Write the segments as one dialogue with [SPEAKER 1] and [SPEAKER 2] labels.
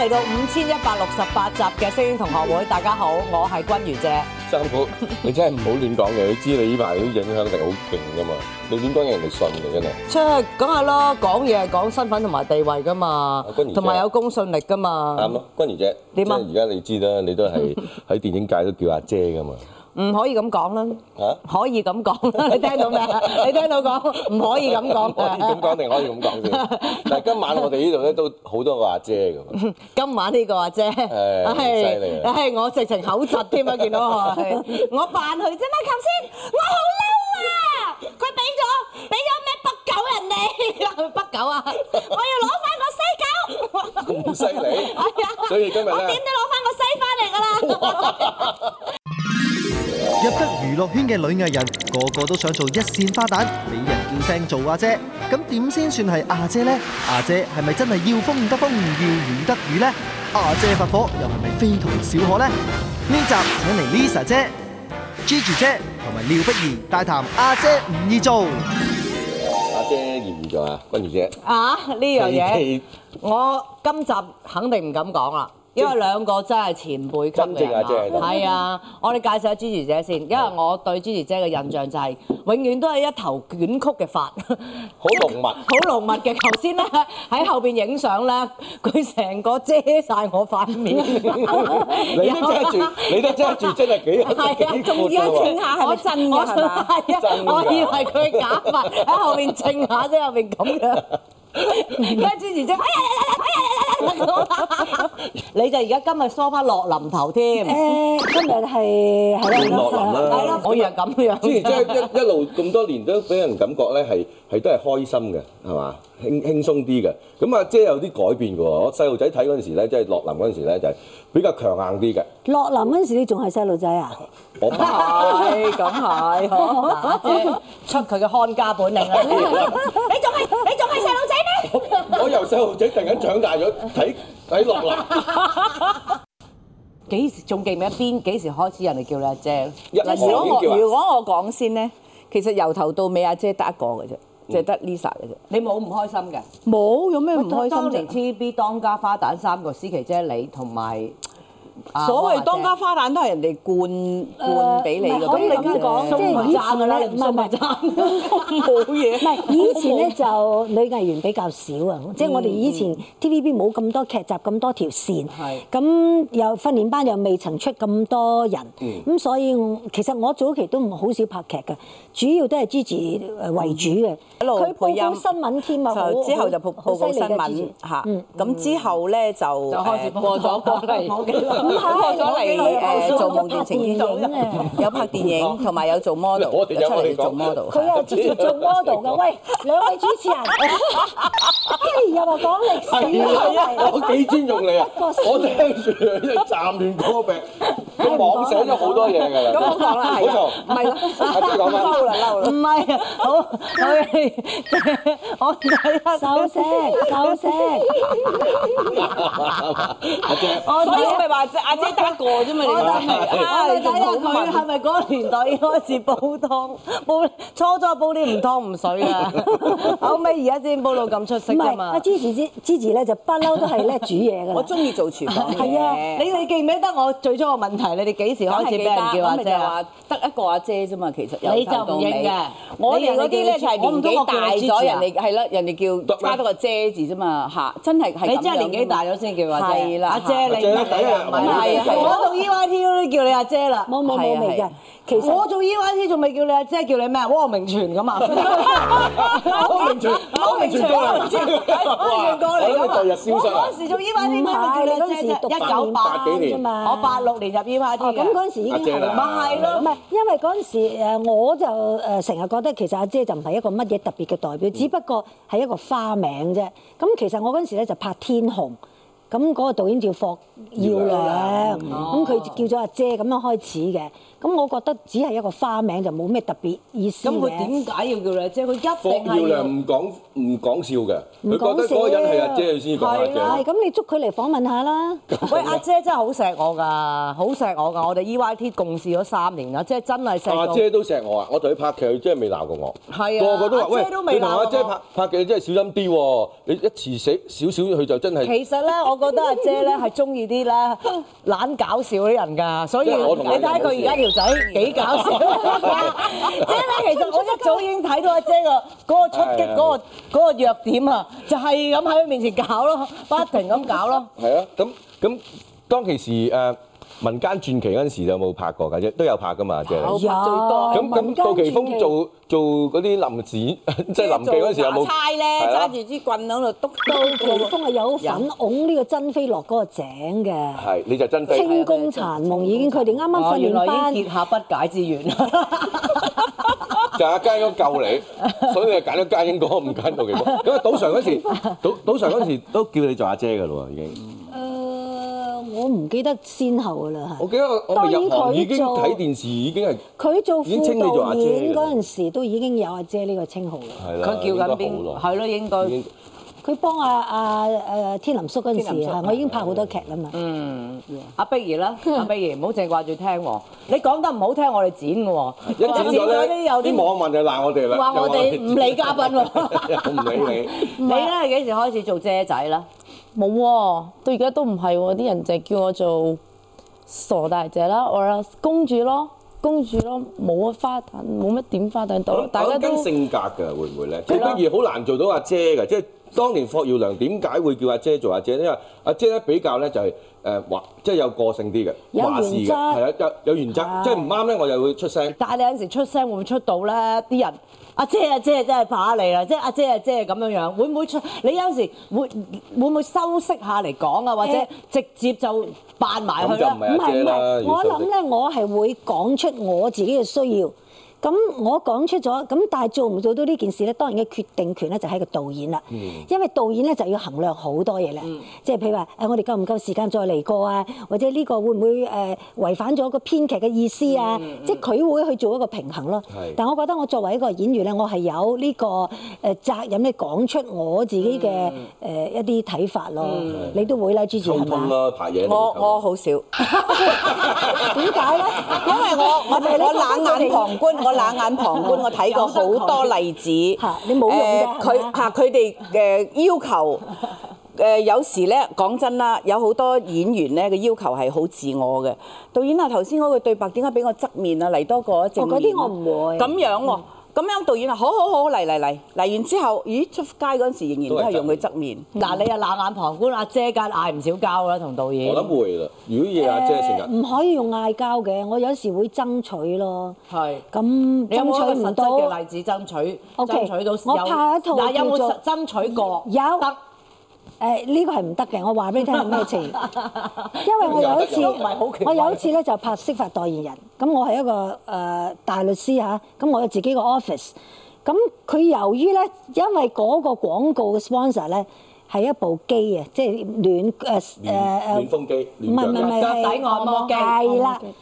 [SPEAKER 1] 嚟到五千一百六十八集嘅《星星同學會》，大家好，我係君如姐。
[SPEAKER 2] 三 寶，你真係唔好亂講嘅，佢知你呢排啲影響力好勁噶嘛，你點講人哋信嘅真係？
[SPEAKER 1] 即係梗係啦，講嘢係講身份同埋地位噶嘛
[SPEAKER 2] 啊君如，姐
[SPEAKER 1] 同埋有公信力噶嘛。
[SPEAKER 2] 啱啊，君如姐，
[SPEAKER 1] 點啊
[SPEAKER 2] 即係而家你知啦，你 都係喺電影界都叫阿姐噶嘛，
[SPEAKER 1] 唔可以咁講啦，
[SPEAKER 2] 嚇？
[SPEAKER 1] 可以咁講啦，你聽到未 啊？你聽到講唔可以咁講啊
[SPEAKER 2] 可以咁
[SPEAKER 1] 嘅。
[SPEAKER 2] 講定可以咁講先？ 但係今晚我哋呢度咧都好多個阿姐噶嘛，
[SPEAKER 1] 今晚呢個啊姐，
[SPEAKER 2] 犀利啊
[SPEAKER 1] 唉，我直情口窒添啊！見 到佢，我扮佢啫嘛。頭先我好嬲啊！佢俾咗俾咗咩北狗人哋？ 北狗啊！我要攞翻個西狗。
[SPEAKER 2] 咁犀 利
[SPEAKER 1] 哎呀，
[SPEAKER 2] 所以今日
[SPEAKER 1] 我點都
[SPEAKER 2] 咧。
[SPEAKER 1] 攞翻個西翻嚟㗎啦！
[SPEAKER 3] 入得娛樂圈嘅女藝人，個個都想做一線花旦，俾人叫聲做阿姐。咁點先算係阿姐呢？阿姐係咪真係要風得風，要雨得雨呢？阿姐發火又係咪非同小可呢？呢集請嚟 Lisa 姐、Gigi 姐同埋廖碧兒大談阿姐唔易做。
[SPEAKER 2] 阿姐嫌咗啊，君如姐，
[SPEAKER 1] 啊，呢樣嘢
[SPEAKER 2] 你
[SPEAKER 1] 我今集肯定唔敢講啦。因為兩個真係前輩級嘅人啊
[SPEAKER 2] 真正阿姐嚟㗎
[SPEAKER 1] 係啊！我哋介紹下 Gigi 姐先，因為我對 Gigi 姐嘅印象就係永遠都係一頭捲曲嘅髮，
[SPEAKER 2] 好濃密，
[SPEAKER 1] 好濃密嘅。頭先咧喺後邊影相咧，佢成個遮晒我塊 面。
[SPEAKER 2] 你都揸住，你都揸住，真係幾
[SPEAKER 1] 啊係啊，仲
[SPEAKER 2] 幾
[SPEAKER 1] 要
[SPEAKER 2] 闊㗎喎
[SPEAKER 1] 整下係咪真嘅係嘛？係啊，
[SPEAKER 2] 真㗎
[SPEAKER 1] 我以為佢係假髮喺後面整下啫，後面咁樣。跟住然之後，哎呀呀呀呀呀呀呀呀！你就而家今日梳翻落林頭添，係
[SPEAKER 4] 誒，今日係係
[SPEAKER 2] 落林啦
[SPEAKER 1] 咯，我以為咁
[SPEAKER 2] 之 前
[SPEAKER 1] 樣。
[SPEAKER 2] 真係一一路咁多年都俾人感覺咧係係都係開心嘅，係嘛？輕輕鬆啲嘅。咁阿姐有啲改變嘅喎。我細路仔睇嗰陣時咧，即係落林嗰陣時咧，就係比較強硬啲嘅。
[SPEAKER 4] 落林嗰陣時，你仲係細路仔啊？
[SPEAKER 2] 我媽
[SPEAKER 1] 係，咁係，嗱，姐出佢嘅看家本領啦！你仲係你仲係細路仔咩？
[SPEAKER 2] 我由細路仔突然間長大咗，睇睇落林。
[SPEAKER 1] 幾時仲記唔記得邊幾時開始人哋叫你阿姐？
[SPEAKER 2] 一
[SPEAKER 5] 嗱，
[SPEAKER 2] 我
[SPEAKER 5] 如果
[SPEAKER 2] 已經叫
[SPEAKER 5] 我
[SPEAKER 2] 啊
[SPEAKER 5] 如果我講先咧，其實由頭到尾阿姐得一個嘅啫，就係得 Lisa 嘅啫。
[SPEAKER 1] 你冇唔開心嘅？
[SPEAKER 5] 冇有咩唔
[SPEAKER 1] 喂
[SPEAKER 5] 開
[SPEAKER 1] 啊當年
[SPEAKER 5] 心啫？
[SPEAKER 1] TVB 當家花旦三個思琪姐你同埋啊
[SPEAKER 5] 所謂
[SPEAKER 1] 柯華
[SPEAKER 5] 當家
[SPEAKER 1] 姐
[SPEAKER 5] 花旦都係人哋灌灌俾你嘅。
[SPEAKER 4] 誒唔係可以
[SPEAKER 5] 你
[SPEAKER 4] 咁講
[SPEAKER 5] 真
[SPEAKER 4] 即係
[SPEAKER 5] 係
[SPEAKER 4] 以前咧
[SPEAKER 1] 唔
[SPEAKER 4] 唔係
[SPEAKER 1] 係
[SPEAKER 4] 唔
[SPEAKER 1] 唔係
[SPEAKER 4] 係
[SPEAKER 5] 冇嘢。
[SPEAKER 4] 唔係，以前咧就女藝員比較少啊，即係我哋以
[SPEAKER 5] 嗯
[SPEAKER 4] 前 TVB 冇咁多劇集咁多條線
[SPEAKER 1] 係，
[SPEAKER 4] 咁又訓練班又未曾出咁多人，
[SPEAKER 5] 嗯
[SPEAKER 4] 咁所以我其實我早期都唔好少拍劇嘅，主要都係 Gigi 誒為主嘅，
[SPEAKER 5] 嗯一路
[SPEAKER 4] 佢
[SPEAKER 5] 配
[SPEAKER 4] 報
[SPEAKER 5] 音
[SPEAKER 4] 告新聞添啊，好
[SPEAKER 5] 就之後就報
[SPEAKER 4] 好
[SPEAKER 5] 報
[SPEAKER 4] 犀
[SPEAKER 5] 告
[SPEAKER 4] 利
[SPEAKER 5] 新
[SPEAKER 4] 嘅
[SPEAKER 5] 聞
[SPEAKER 4] Gigi
[SPEAKER 5] 嚇
[SPEAKER 4] 嗯，
[SPEAKER 5] 咁之後咧就
[SPEAKER 1] 就開始
[SPEAKER 5] 誒
[SPEAKER 1] 播咗過嚟，冇幾耐
[SPEAKER 4] 唔係
[SPEAKER 5] 過咗嚟誒做
[SPEAKER 4] 我
[SPEAKER 5] 夢
[SPEAKER 4] 拍
[SPEAKER 5] 斷情
[SPEAKER 4] 電
[SPEAKER 5] 天
[SPEAKER 4] 影啊。
[SPEAKER 5] 有拍電影，同埋有做 model，
[SPEAKER 2] 我哋有
[SPEAKER 5] 出
[SPEAKER 2] 我哋講
[SPEAKER 5] 嚟做 model。
[SPEAKER 4] 佢又直接做 model 嘅， 喂，兩位主持人，跟住又話講歷史
[SPEAKER 2] 係啊！
[SPEAKER 4] 啊，
[SPEAKER 2] 我幾尊重你啊！我聽住你站亂歌病，佢網寫咗好多嘢㗎啦。
[SPEAKER 5] 咁我講啦，係
[SPEAKER 2] 冇
[SPEAKER 5] 啊
[SPEAKER 2] 錯，
[SPEAKER 5] 唔係啦，
[SPEAKER 2] 阿姐講
[SPEAKER 5] 嬲啦
[SPEAKER 2] 翻。
[SPEAKER 5] 嬲啦
[SPEAKER 1] 唔。係啊好，我我睇下
[SPEAKER 4] 手寫手寫，
[SPEAKER 2] 阿姐，
[SPEAKER 1] 我
[SPEAKER 5] 所以我
[SPEAKER 1] 睇
[SPEAKER 5] 咪話阿姐得一個啫嘛，
[SPEAKER 1] 我
[SPEAKER 5] 你真係
[SPEAKER 1] 睇
[SPEAKER 5] 啊
[SPEAKER 1] 我
[SPEAKER 5] 你
[SPEAKER 1] 哋
[SPEAKER 5] 仲
[SPEAKER 1] 睇下
[SPEAKER 5] 好
[SPEAKER 1] 佢係咪嗰個年代開始煲湯，煲初初煲啲唔湯唔水啊，後尾而家先煲到咁出色
[SPEAKER 4] 唔
[SPEAKER 1] 啫
[SPEAKER 4] 係
[SPEAKER 1] 嘛
[SPEAKER 4] 阿。Gigi 之 Gigi 咧就不嬲都係咧煮嘢㗎
[SPEAKER 5] 我
[SPEAKER 4] 啦。
[SPEAKER 5] 中意做廚房嘅
[SPEAKER 4] 係啊
[SPEAKER 1] 你哋記唔記得我最初個問題？你哋幾時
[SPEAKER 5] 梗
[SPEAKER 1] 開
[SPEAKER 5] 係
[SPEAKER 1] 始
[SPEAKER 5] 記
[SPEAKER 1] 俾
[SPEAKER 5] 得
[SPEAKER 1] 人叫阿
[SPEAKER 5] 我咪
[SPEAKER 1] 姐
[SPEAKER 5] 就
[SPEAKER 1] 啊？
[SPEAKER 5] 話得一個阿姐啫嘛，其實由
[SPEAKER 1] 你就
[SPEAKER 5] 頭到
[SPEAKER 1] 唔認
[SPEAKER 5] 尾
[SPEAKER 1] 嘅
[SPEAKER 5] 我哋嗰
[SPEAKER 1] 你人
[SPEAKER 5] 啲
[SPEAKER 1] 哋
[SPEAKER 5] 咧就係
[SPEAKER 1] 叫我唔
[SPEAKER 5] 年
[SPEAKER 1] 通我
[SPEAKER 5] 紀
[SPEAKER 1] 叫你 Gigi
[SPEAKER 5] 大
[SPEAKER 1] 啊
[SPEAKER 5] 咗，人哋係啦，人哋叫
[SPEAKER 2] 得咩
[SPEAKER 5] 加多個姐字啫嘛，嚇，真係係
[SPEAKER 1] 你
[SPEAKER 5] 咁
[SPEAKER 1] 真係
[SPEAKER 5] 樣
[SPEAKER 1] 年紀大咗先叫阿姐，
[SPEAKER 5] 係啦
[SPEAKER 1] 阿姐你唔係你又唔係
[SPEAKER 2] 阿
[SPEAKER 1] 係啊
[SPEAKER 5] 姐係啊，
[SPEAKER 1] 係
[SPEAKER 5] 係
[SPEAKER 1] 啊
[SPEAKER 5] 啊
[SPEAKER 1] 我做 EYT 都叫你阿姐啦。
[SPEAKER 4] 冇冇
[SPEAKER 5] 係
[SPEAKER 4] 冇
[SPEAKER 5] 啊
[SPEAKER 4] 未
[SPEAKER 5] 係
[SPEAKER 4] 㗎
[SPEAKER 5] 啊，
[SPEAKER 4] 其實
[SPEAKER 1] 我做 EYT 仲未叫你阿姐，叫你咩啊？汪明荃咁啊！
[SPEAKER 2] 我明全，我明 全過嚟，
[SPEAKER 1] 汪明荃過嚟㗎嘛
[SPEAKER 2] 我諗你第日消失
[SPEAKER 1] 我
[SPEAKER 2] 啊
[SPEAKER 1] 嗰！時做
[SPEAKER 4] 唔
[SPEAKER 1] EYT
[SPEAKER 4] 係
[SPEAKER 1] 咪
[SPEAKER 4] 你
[SPEAKER 1] 叫
[SPEAKER 4] 嗰
[SPEAKER 1] 你阿
[SPEAKER 4] 陣
[SPEAKER 1] 姐
[SPEAKER 4] 時讀
[SPEAKER 1] 一九
[SPEAKER 4] 八
[SPEAKER 1] 八
[SPEAKER 2] 幾
[SPEAKER 4] 幾年
[SPEAKER 2] 年
[SPEAKER 4] 啫嘛，
[SPEAKER 1] 我八六年入 EYT
[SPEAKER 4] 哦咁嗰
[SPEAKER 1] 嘅。
[SPEAKER 4] 陣時已
[SPEAKER 2] 阿
[SPEAKER 4] 經
[SPEAKER 2] 姐
[SPEAKER 4] 係
[SPEAKER 2] 啦
[SPEAKER 4] 啦。
[SPEAKER 1] 咪係咯
[SPEAKER 4] 唔係，因為嗰陣時誒，我就誒成日覺得其實阿姐就唔係一個乜嘢特別嘅代表，只不過係一個花名啫。咁其實我嗰陣時咧就拍《天紅》，
[SPEAKER 2] 嗯
[SPEAKER 4] 咁嗰個導演叫霍耀良，咁佢叫咗阿姐咁樣開始嘅。咁我覺得只係一個花名就冇咩特別意思
[SPEAKER 6] 咁佢
[SPEAKER 4] 嘅
[SPEAKER 6] 點解要
[SPEAKER 1] à,
[SPEAKER 6] 叫咧？即係佢一
[SPEAKER 2] 霍
[SPEAKER 6] 定
[SPEAKER 2] 耀
[SPEAKER 6] 係 要
[SPEAKER 2] 良。唔講唔講笑嘅，
[SPEAKER 4] 唔
[SPEAKER 2] 佢覺得嗰個人係阿姐佢先講
[SPEAKER 4] 係啦
[SPEAKER 2] 阿
[SPEAKER 4] 係
[SPEAKER 2] 姐。
[SPEAKER 4] 咁，你捉佢嚟訪問下啦。
[SPEAKER 1] 喂，阿姐真係好錫我㗎，好錫我㗎。我哋 EYT 共事咗三年啦，即係真係錫
[SPEAKER 2] 阿
[SPEAKER 1] 到。
[SPEAKER 2] 姐都錫我啊！我同佢拍劇，佢真係未鬧過我。
[SPEAKER 1] 係啊
[SPEAKER 2] 個個都話：
[SPEAKER 1] 阿姐都
[SPEAKER 2] 喂，
[SPEAKER 1] 未
[SPEAKER 2] 你同阿姐
[SPEAKER 1] 鬧過
[SPEAKER 2] 拍
[SPEAKER 1] 我
[SPEAKER 2] 拍劇真係小心啲喎！你一遲死少少，佢就真係。
[SPEAKER 1] 其實咧， 我覺得阿姐咧係中意啲咧懶搞笑啲人㗎，所以
[SPEAKER 2] 即
[SPEAKER 1] 你
[SPEAKER 2] 係我同你
[SPEAKER 1] 睇下佢而家條仔幾搞 笑。即係咧，其實我一早已經睇到阿姐個嗰個出
[SPEAKER 2] 係
[SPEAKER 1] 擊
[SPEAKER 2] 係
[SPEAKER 1] 嗰個嗰個弱點啊，就係咁喺佢面前搞 咯，不停咁搞咯。
[SPEAKER 2] 係啊，咁咁當其時誒、呃民間傳奇嗰陣時有冇拍過㗎啫？都有拍㗎嘛，即係。
[SPEAKER 5] 有最多
[SPEAKER 2] 咁咁，杜琪峰做做嗰啲臨時 即係臨記嗰陣時有
[SPEAKER 5] 做
[SPEAKER 2] 冇？
[SPEAKER 5] 牙差咧，
[SPEAKER 2] 係啊
[SPEAKER 5] 揸住支棍喺度篤
[SPEAKER 4] 杜
[SPEAKER 5] 到
[SPEAKER 4] 琪峰係有份擁呢個珍妃落嗰個井嘅。
[SPEAKER 2] 係你就真係
[SPEAKER 4] 清宮殘夢已經佢哋啱啱
[SPEAKER 1] 哦，
[SPEAKER 4] 訓
[SPEAKER 1] 原
[SPEAKER 4] 練
[SPEAKER 1] 來已
[SPEAKER 4] 班
[SPEAKER 1] 經結下不解之 緣啦。
[SPEAKER 2] 就係間英救你，所以你就揀咗間英哥唔揀杜琪 峰。咁啊，賭場嗰時，賭賭場嗰時都叫你做阿姐㗎咯喎，已經。
[SPEAKER 4] 誒，呃我唔記得先後㗎啦
[SPEAKER 2] 我記得我我未入行已經睇電視，已經係
[SPEAKER 4] 佢做
[SPEAKER 2] 已經稱
[SPEAKER 4] 副
[SPEAKER 2] 你做阿
[SPEAKER 4] 導
[SPEAKER 2] 姐
[SPEAKER 4] 演
[SPEAKER 2] 㗎啦
[SPEAKER 4] 嗰陣時，都已經有阿姐呢個稱號啦。
[SPEAKER 2] 係
[SPEAKER 1] 佢
[SPEAKER 2] 啦。
[SPEAKER 1] 叫緊邊
[SPEAKER 2] 應該？好
[SPEAKER 1] 係咯，應
[SPEAKER 2] 耐
[SPEAKER 1] 該
[SPEAKER 2] 已經
[SPEAKER 4] 佢幫阿阿誒天林叔嗰陣
[SPEAKER 5] 天林
[SPEAKER 4] 時
[SPEAKER 5] 叔
[SPEAKER 4] 啊，我已經拍好多劇啦嘛。
[SPEAKER 1] 嗯，阿碧兒 啦，阿碧兒唔好淨係掛住聽喎，你講得唔好聽，我哋剪嘅喎。
[SPEAKER 2] 一剪
[SPEAKER 1] 剪咗
[SPEAKER 2] 咗
[SPEAKER 1] 啲
[SPEAKER 2] 咧，
[SPEAKER 1] 有啲
[SPEAKER 2] 啲網民就鬧我哋啦，
[SPEAKER 1] 話我哋唔理嘉賓喎。
[SPEAKER 2] 我唔理你。
[SPEAKER 1] 你咧幾時開始做姐仔啦？
[SPEAKER 7] 冇喎，到而家都唔係喎，啲人就係叫我做傻大姐啦，我啦公主咯，公主咯，冇乜花旦，冇乜點花旦
[SPEAKER 2] 我
[SPEAKER 7] 到，
[SPEAKER 2] 諗
[SPEAKER 7] 大家
[SPEAKER 2] 我諗
[SPEAKER 7] 都
[SPEAKER 2] 跟性格㗎，會唔會咧？即係不如好難做到阿姐㗎，即係當年霍耀良點解會叫阿姐做阿姐呢？因為阿姐咧比較咧就係誒話，即係有個性啲嘅，
[SPEAKER 4] 有
[SPEAKER 2] 話事
[SPEAKER 4] 原
[SPEAKER 2] 嘅，
[SPEAKER 4] 則
[SPEAKER 2] 係啊，有有原則，即係唔啱咧我又會出聲。
[SPEAKER 1] 但係你有陣時出聲會唔會出到咧？啲人阿姐阿姐真係怕你啦，即係阿姐阿姐咁樣樣，會唔會出？你有陣時會會唔會修飾下嚟講啊，或者
[SPEAKER 4] 誒
[SPEAKER 1] 直接就扮埋
[SPEAKER 2] 咁
[SPEAKER 1] 佢
[SPEAKER 2] 就
[SPEAKER 1] 啦
[SPEAKER 2] 唔？
[SPEAKER 4] 唔
[SPEAKER 2] 係阿
[SPEAKER 4] 係
[SPEAKER 2] 姐
[SPEAKER 4] 唔
[SPEAKER 2] 啦，
[SPEAKER 4] 係，
[SPEAKER 2] 要
[SPEAKER 4] 我
[SPEAKER 2] 熟
[SPEAKER 4] 諗
[SPEAKER 2] 悉
[SPEAKER 4] 咧，我係會講出我自己嘅需要。咁我講出咗，咁但係做唔做到呢件事咧，當然嘅決定權咧就喺個導演啦。
[SPEAKER 2] 嗯
[SPEAKER 4] 因為導演咧就要衡量好多嘢咧，即係譬如話誒，我哋夠唔夠時間再嚟過啊，或者呢個會唔會誒違反咗個編劇嘅意思啊？即係佢會去做一個平衡咯
[SPEAKER 2] 嗯係。
[SPEAKER 4] 但我覺得我作為一個演員咧，我係有呢個誒責任咧講出我自己嘅誒一啲睇法咯。你都會啦，Gigi
[SPEAKER 2] 嗯溝
[SPEAKER 4] 係
[SPEAKER 2] 通
[SPEAKER 4] 嘛？
[SPEAKER 2] 啦，排嘢。
[SPEAKER 5] 我我好少，因為
[SPEAKER 4] 點解咧？
[SPEAKER 5] 我我
[SPEAKER 4] 係你
[SPEAKER 5] 我冷
[SPEAKER 4] 覺得佢
[SPEAKER 5] 眼
[SPEAKER 4] 哋
[SPEAKER 5] 旁觀，我冷眼旁觀，我睇過好多例子。
[SPEAKER 4] 嚇你冇用㗎
[SPEAKER 5] 誒
[SPEAKER 4] 係嘛
[SPEAKER 5] 佢嚇佢哋嘅要求。誒、有時咧講真啦，有好多演員咧嘅要求係好自我嘅。導演啊，頭先嗰個對白點解俾我側面啊嚟多過正面啊？
[SPEAKER 4] 哦嗰啲我唔會
[SPEAKER 5] 咁樣喎、咁樣導演啊，好好好，嚟嚟嚟，嚟完之後，咦出街嗰陣時仍然都係用佢側面。
[SPEAKER 1] 嗱，你又冷眼旁觀，阿姐間嗌唔少交啦，同導演
[SPEAKER 2] 我。諗會啦。如果以阿姐嘅性
[SPEAKER 4] 誒
[SPEAKER 2] 格，
[SPEAKER 4] 唔可以用嗌交嘅，我有時會爭取咯。
[SPEAKER 1] 係。
[SPEAKER 4] 咁
[SPEAKER 1] 你有冇
[SPEAKER 4] 爭
[SPEAKER 1] 一個
[SPEAKER 4] 取唔
[SPEAKER 1] 實
[SPEAKER 4] 到，
[SPEAKER 1] 質嘅例子爭取
[SPEAKER 4] OK，
[SPEAKER 1] 爭取到
[SPEAKER 4] 我
[SPEAKER 1] 有
[SPEAKER 4] 拍一套
[SPEAKER 1] 嗱有冇
[SPEAKER 4] 叫做
[SPEAKER 1] 實爭取過？
[SPEAKER 4] 有
[SPEAKER 1] 得
[SPEAKER 4] 誒呢個係唔得嘅。我話俾你聽係咩 情形，因為我有一次
[SPEAKER 1] 都唔係好奇怪
[SPEAKER 4] 我有一次咧就拍釋法代言人，咁我係一個誒、呃大律師嚇，咁我有自己個 office。咁佢由於咧，因為嗰個廣告嘅 sponsor 咧係一部機啊，即係暖誒誒誒
[SPEAKER 2] 暖風機，
[SPEAKER 4] 唔係唔係唔係，
[SPEAKER 1] 腳底
[SPEAKER 4] 係
[SPEAKER 1] 按摩機
[SPEAKER 4] 係啦
[SPEAKER 7] 按摩機。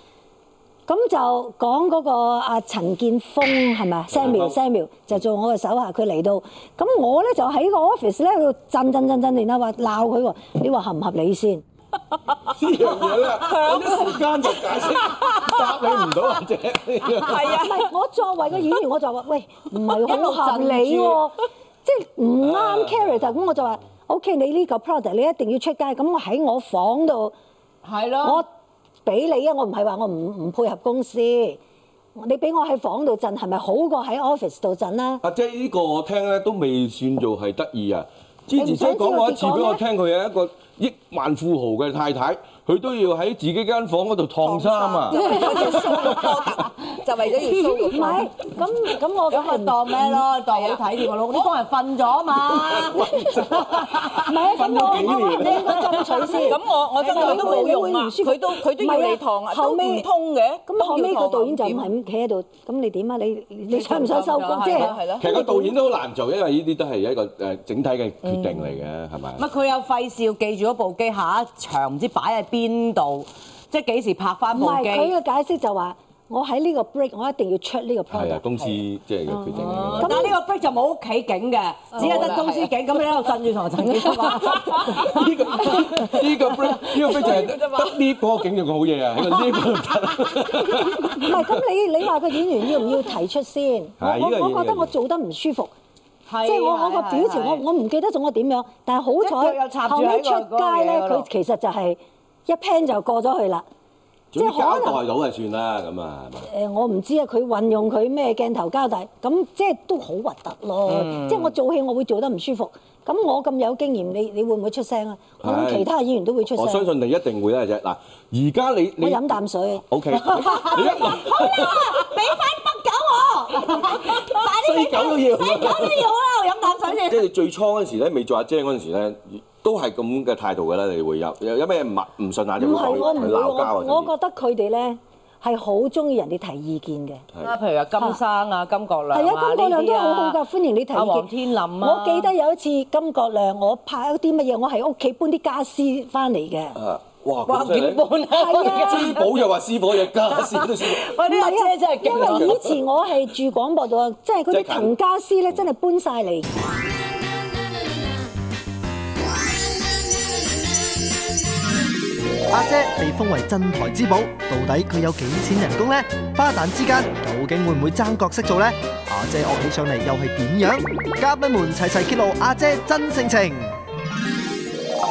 [SPEAKER 4] 咁就講嗰個阿陳建峰係咪啊
[SPEAKER 2] 陳建
[SPEAKER 4] ？Samuel
[SPEAKER 2] 鋒
[SPEAKER 4] Samuel 就做我嘅手下，佢嚟到，咁我咧就喺個 office 咧喺度震震震震，然後話鬧佢喎，你話合唔合理先？
[SPEAKER 2] 呢樣嘢 咧，我一時間就解釋答你唔到阿姐。
[SPEAKER 4] 係啊，唔係我作為個演員，我就話喂唔係好合理喎，即係唔啱 character，咁我就話 OK，你呢個 product 你一定要出街，咁我喺我房度。
[SPEAKER 1] 係咯。
[SPEAKER 4] 我俾你啊，我唔係話我唔唔配合公司，你俾我喺房度震，係咪好過喺 office 度震啦？
[SPEAKER 2] 阿姐啊呢個我聽咧都未算做係得意啊！之前想講過一次俾我聽，佢係一個億萬富豪嘅太太，佢都要喺自己間房嗰度燙衫啊！
[SPEAKER 5] 就為咗要
[SPEAKER 4] 唔係，咁咁我
[SPEAKER 1] 咁咪當咩咯？當好睇啲我老公啲工人瞓咗 嘛。
[SPEAKER 4] 唔係啊，咁我
[SPEAKER 2] 瞓咗幾年
[SPEAKER 4] 我話你應該爭取先。
[SPEAKER 5] 咁我我真係都冇用啊！佢都佢都要你燙啊，都唔通嘅。
[SPEAKER 4] 咁後尾個導演就唔
[SPEAKER 5] 唔
[SPEAKER 4] 係咁企喺度，咁你點啊？你你想唔想收工？
[SPEAKER 1] 係
[SPEAKER 4] 即
[SPEAKER 5] 啊係
[SPEAKER 4] 係
[SPEAKER 5] 咯
[SPEAKER 2] 其實個導演都好難做，因為呢啲都係一個誒整體嘅決定嚟嘅，係咪
[SPEAKER 1] 唔？係佢又費事要記住嗰部機，下一場唔知擺喺邊度，即係幾時拍翻
[SPEAKER 4] 唔
[SPEAKER 1] 部
[SPEAKER 4] 係
[SPEAKER 1] 機。
[SPEAKER 4] 佢嘅解釋就話我喺呢個 break，我一定要出呢個
[SPEAKER 2] 係啊，
[SPEAKER 4] product。
[SPEAKER 2] 公司即係嘅決定嚟㗎啦。
[SPEAKER 1] 但呢個 break 就冇屋企景嘅，只係得公司景。咁你喺度震住同震住嘛？
[SPEAKER 2] 呢個呢個 break 呢個 break 就係得得呢個景就個好嘢啊！喺個 呢個
[SPEAKER 4] 唔係，咁你你話個演員要唔要提出先？我
[SPEAKER 2] 係呢個
[SPEAKER 4] 我我覺
[SPEAKER 2] 要
[SPEAKER 4] 得
[SPEAKER 2] 嘅
[SPEAKER 4] 我做得唔舒服，
[SPEAKER 1] 係
[SPEAKER 4] 即係我我個
[SPEAKER 1] 哎係
[SPEAKER 4] 表情，我
[SPEAKER 1] 係
[SPEAKER 4] 我唔記得咗我點樣，但係好
[SPEAKER 1] 一腳又插
[SPEAKER 4] 彩
[SPEAKER 1] 住
[SPEAKER 4] 後
[SPEAKER 1] 喺
[SPEAKER 4] 尾出
[SPEAKER 1] 個嗰個
[SPEAKER 4] 街咧，
[SPEAKER 1] 嘢嗰度
[SPEAKER 4] 佢其實就係一 pan 就過咗去啦。
[SPEAKER 2] 總之
[SPEAKER 4] 即係
[SPEAKER 2] 交
[SPEAKER 4] 可能
[SPEAKER 2] 代到就算啦，咁啊，係嘛？
[SPEAKER 4] 誒、我唔知啊，佢運用佢咩鏡頭交代，咁即係都好核突咯。
[SPEAKER 1] 嗯
[SPEAKER 4] 即係我做戲，我會做得唔舒服。咁我咁有經驗，你你會唔會出聲啊？我諗
[SPEAKER 2] 唉
[SPEAKER 4] 其他演員都會出聲。
[SPEAKER 2] 我相信你一定會啦，啫。嗱，而家你
[SPEAKER 4] 我
[SPEAKER 2] 你
[SPEAKER 4] 飲啖水。
[SPEAKER 2] O K，你你一路
[SPEAKER 6] 俾翻北狗我，快啲
[SPEAKER 2] 西
[SPEAKER 6] 俾
[SPEAKER 2] 九都要，
[SPEAKER 6] 狗都要啦，我飲啖水先。
[SPEAKER 2] 即係你最初嗰陣時咧，未做阿姐嗰陣時咧，都係咁嘅態度㗎啦。你會有有有咩唔唔順眼就
[SPEAKER 4] 唔
[SPEAKER 2] 會
[SPEAKER 4] 係我唔
[SPEAKER 2] 講
[SPEAKER 4] 會，
[SPEAKER 2] 佢鬧交啊
[SPEAKER 4] 我
[SPEAKER 2] 甚至
[SPEAKER 4] 我覺得佢哋咧係好中意人哋提意見嘅。
[SPEAKER 1] 啦，譬如話金生啊、金國亮
[SPEAKER 4] 係啊，
[SPEAKER 1] 啊，
[SPEAKER 4] 金國亮都好好
[SPEAKER 1] 呢啲
[SPEAKER 4] 㗎，
[SPEAKER 1] 啊
[SPEAKER 4] 歡迎你提意
[SPEAKER 1] 阿
[SPEAKER 4] 見。
[SPEAKER 1] 黃天林啊
[SPEAKER 4] 我記得有一次金國亮，我拍一啲乜嘢，我喺屋企搬啲家私翻嚟 嘅。
[SPEAKER 2] 啊，哇，
[SPEAKER 1] 哇，
[SPEAKER 2] 咁犀利
[SPEAKER 1] 點！半
[SPEAKER 4] 係
[SPEAKER 1] 啊
[SPEAKER 4] 啊！
[SPEAKER 2] 珠寶又話師傅，又家私都師傅。
[SPEAKER 1] 喂，呢
[SPEAKER 4] 唔係
[SPEAKER 1] 個
[SPEAKER 4] 啊
[SPEAKER 1] 姐真係勁啊
[SPEAKER 4] 因為以前我係住廣播度，即係嗰
[SPEAKER 2] 即係
[SPEAKER 4] 啲
[SPEAKER 2] 近
[SPEAKER 4] 藤家私咧，真係搬晒嚟。
[SPEAKER 3] 阿姐被封為鎮台之寶，到底佢有幾錢人工呢？花旦之間究竟會唔會爭角色做呢？阿姐惡起上嚟又係點樣？嘉賓們齊齊揭露阿姐真性情。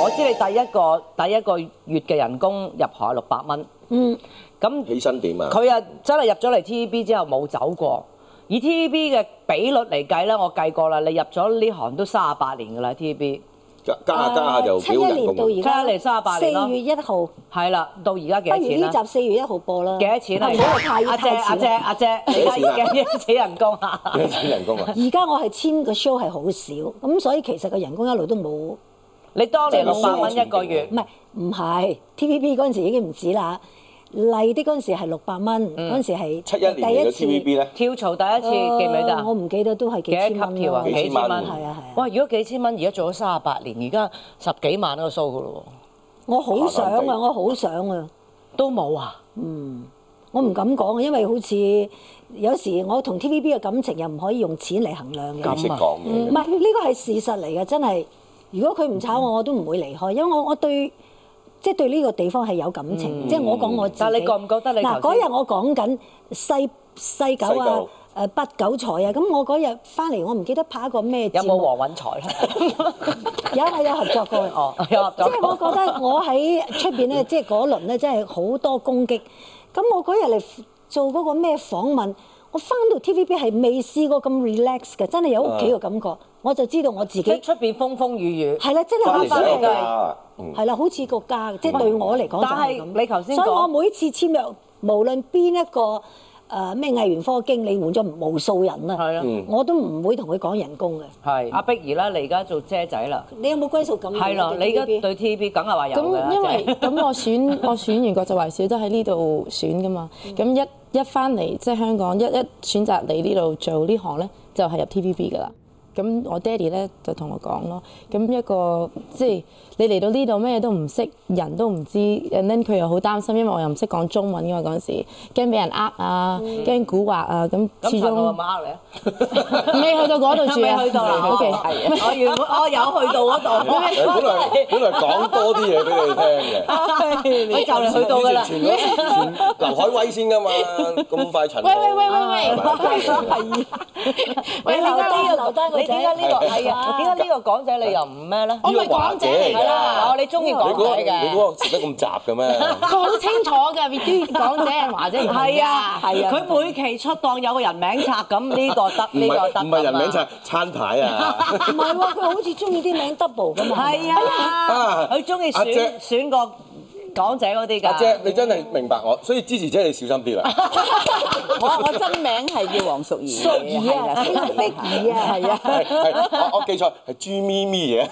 [SPEAKER 1] 我知你第一個第一個月嘅人工入行係六百蚊，
[SPEAKER 4] 嗯，
[SPEAKER 1] 咁
[SPEAKER 2] 起身點啊？
[SPEAKER 1] 佢啊真係入咗嚟 TVB 之後冇走過。以 TVB 嘅比率嚟計咧，我計過啦，你入咗呢行都三十八年㗎啦，TVB
[SPEAKER 2] 加加下加下就
[SPEAKER 4] 呃七
[SPEAKER 2] 幾
[SPEAKER 4] 一
[SPEAKER 2] 好人
[SPEAKER 4] 年
[SPEAKER 2] 工
[SPEAKER 4] 到而
[SPEAKER 2] 啊。
[SPEAKER 1] 七
[SPEAKER 4] 家，
[SPEAKER 1] 一年38年咯
[SPEAKER 4] 四月一號，不
[SPEAKER 1] 係啦，到而家幾多
[SPEAKER 4] 如
[SPEAKER 1] 錢
[SPEAKER 4] 呢
[SPEAKER 1] 啦？
[SPEAKER 4] 集四月一號播啦。
[SPEAKER 1] 幾多錢啊？
[SPEAKER 4] 啊唔好話太
[SPEAKER 1] 阿姐阿
[SPEAKER 4] 太
[SPEAKER 1] 姐
[SPEAKER 4] 錢啦。
[SPEAKER 1] 阿姐，你而家幾多錢人工啊？
[SPEAKER 2] 幾多錢人工啊？
[SPEAKER 4] 而家我係簽個 show 係好少，咁所以其實個人工一路都冇，唔
[SPEAKER 1] 你當年六百蚊一個月，
[SPEAKER 4] 係唔係 TVB 嗰陣時已經唔止啦。麗的嗰陣時係六百蚊，嗰陣時係
[SPEAKER 2] 七一年嚟嘅 TVB
[SPEAKER 4] 咧，
[SPEAKER 2] 咧，
[SPEAKER 1] 跳槽第一嗯次記唔記得啊
[SPEAKER 4] 我？唔記得都哦係幾千
[SPEAKER 1] 幾多
[SPEAKER 4] 蚊
[SPEAKER 1] 級跳啊？
[SPEAKER 4] 咯
[SPEAKER 2] 幾
[SPEAKER 1] 幾
[SPEAKER 2] 千
[SPEAKER 1] 千
[SPEAKER 2] 蚊
[SPEAKER 1] 蚊？
[SPEAKER 4] 係啊係啊
[SPEAKER 1] 哇！如果幾千蚊，而家做咗三十八年，而家十幾萬一個 show 噶咯
[SPEAKER 4] 我好想
[SPEAKER 2] 麻麻地
[SPEAKER 4] 啊，我好想啊。
[SPEAKER 1] 喎，都冇啊！
[SPEAKER 4] 我唔敢講，啊因為好似有時我同 TVB 嘅感情又唔可以用錢嚟衡量
[SPEAKER 2] 你識
[SPEAKER 4] 嘅。
[SPEAKER 2] 講
[SPEAKER 4] 唔係
[SPEAKER 2] 嘅。
[SPEAKER 4] 呢個係事實嚟嘅，真係。如果佢唔炒我，我都唔會離開，因為我我對即係對呢個地方係有感情，即係我講我自
[SPEAKER 1] 嗯
[SPEAKER 4] 己。
[SPEAKER 1] 但係你覺唔覺得你
[SPEAKER 4] 嗱
[SPEAKER 1] 頭
[SPEAKER 4] 嗰
[SPEAKER 1] 先
[SPEAKER 4] 日我講緊西西九
[SPEAKER 2] 西
[SPEAKER 4] 啊
[SPEAKER 2] 九？
[SPEAKER 4] 誒北九菜啊！咁我嗰日翻嚟，我唔記得拍一個咩
[SPEAKER 1] 有
[SPEAKER 4] 節
[SPEAKER 1] 冇
[SPEAKER 4] 目，
[SPEAKER 1] 黃允財咧？
[SPEAKER 4] 有有有合作過嘅。
[SPEAKER 1] 哦，嗯有合
[SPEAKER 4] 啊即
[SPEAKER 1] 作
[SPEAKER 4] 係我
[SPEAKER 1] 過。
[SPEAKER 4] 覺得我喺出邊咧，即係嗰輪咧，真係好多攻擊。咁我嗰日嚟做嗰個咩訪問，我翻到 TVB 係未試過咁 relax 嘅，真係有屋企嘅感
[SPEAKER 1] 啊
[SPEAKER 4] 覺。我就知道我自
[SPEAKER 1] 即係
[SPEAKER 4] 己
[SPEAKER 1] 出邊風風雨雨，
[SPEAKER 4] 係啦，真係
[SPEAKER 2] 翻
[SPEAKER 4] 好
[SPEAKER 2] 嚟
[SPEAKER 4] 似
[SPEAKER 2] 就有
[SPEAKER 4] 係
[SPEAKER 2] 加啊！嗯
[SPEAKER 4] 係啦，好似個家，即係對我嚟講就
[SPEAKER 1] 但
[SPEAKER 4] 係
[SPEAKER 1] 係
[SPEAKER 4] 咁。
[SPEAKER 1] 你頭先
[SPEAKER 4] 所以我
[SPEAKER 1] 講
[SPEAKER 4] 每次簽約，無論邊一個誒咩藝員科經理換咗無數人
[SPEAKER 1] 係
[SPEAKER 4] 啦
[SPEAKER 1] 啦嗯，
[SPEAKER 4] 我都唔會同佢講人工嘅。
[SPEAKER 1] 係阿碧兒啦，你而家做姐仔啦，
[SPEAKER 4] 你有冇歸屬感㗎？
[SPEAKER 1] 係啦，
[SPEAKER 4] 對
[SPEAKER 1] 你而
[SPEAKER 4] TVB
[SPEAKER 1] 家對 TVB 梗係話有㗎啦
[SPEAKER 7] 咁因為
[SPEAKER 1] 姐
[SPEAKER 7] 咁 我選我選完國際衛視都喺呢度選噶嘛，
[SPEAKER 1] 嗯
[SPEAKER 7] 咁一一翻嚟即係香港一一選擇嚟呢度做呢行咧，就係、入 TVB 噶啦。咁我爹哋咧就同我講咯，咁一個即係你嚟到呢度咩都唔識，人都唔知，and then 佢又好擔心，因為我又唔識講中文噶嘛嗰陣時，驚俾人呃啊，驚蠱惑啊，咁
[SPEAKER 1] 嗯咁
[SPEAKER 7] 始
[SPEAKER 1] 陳老有
[SPEAKER 7] 終
[SPEAKER 1] 冇呃你啊？
[SPEAKER 7] 未去到嗰 度住啊，
[SPEAKER 1] 未去到啦
[SPEAKER 7] à. OK
[SPEAKER 1] 係我原本我有去到嗰
[SPEAKER 2] 本來
[SPEAKER 1] 度，
[SPEAKER 2] 本來講多啲嘢俾你聽嘅。
[SPEAKER 1] 我就嚟去到㗎啦。
[SPEAKER 2] 以前傳咗傳劉海威先㗎嘛，咁快陳
[SPEAKER 7] 喂喂喂喂喂
[SPEAKER 2] 係
[SPEAKER 1] 啊
[SPEAKER 2] 咪
[SPEAKER 4] 你留低啊，
[SPEAKER 7] 喂，你而家
[SPEAKER 4] 留低個
[SPEAKER 1] 你點解
[SPEAKER 4] 仔。
[SPEAKER 1] 呢個係啊？點解呢個港仔你又唔咩咧？
[SPEAKER 7] 我咪
[SPEAKER 2] 呢個華
[SPEAKER 7] 港姐嚟
[SPEAKER 2] 姐嚟
[SPEAKER 7] 㗎
[SPEAKER 2] 㗎
[SPEAKER 7] 啦，
[SPEAKER 1] 哦，你中意
[SPEAKER 2] 你
[SPEAKER 1] 港
[SPEAKER 2] 嗰個
[SPEAKER 1] 仔
[SPEAKER 2] 你
[SPEAKER 1] 嘅？
[SPEAKER 2] 嗰個食得咁雜嘅咩？
[SPEAKER 7] 佢好清楚㗎，啲港姐華姐唔同㗎
[SPEAKER 1] 係啊，係啊，
[SPEAKER 7] 佢
[SPEAKER 1] 佢每期出檔有個人名冊咁，呢個得，
[SPEAKER 2] 唔
[SPEAKER 1] 呢個得
[SPEAKER 2] 係
[SPEAKER 1] 㗎
[SPEAKER 2] 唔
[SPEAKER 1] 嘛
[SPEAKER 2] 係人名就係餐牌啊！
[SPEAKER 4] 唔係喎，佢好似中意啲名 double 㗎嘛。
[SPEAKER 1] 係啊
[SPEAKER 2] 啊，
[SPEAKER 1] 佢中意
[SPEAKER 2] 阿姐
[SPEAKER 1] 選選個港仔嗰啲㗎。
[SPEAKER 2] 阿姐，你真係明白我，所以支持姐你小心啲啦。
[SPEAKER 5] 我我真名係叫黃淑儀，淑
[SPEAKER 4] 怡啊
[SPEAKER 5] 係 啦，
[SPEAKER 4] 碧怡啊
[SPEAKER 5] 係啊。
[SPEAKER 2] 係係，我我記錯係朱咪咪嘅。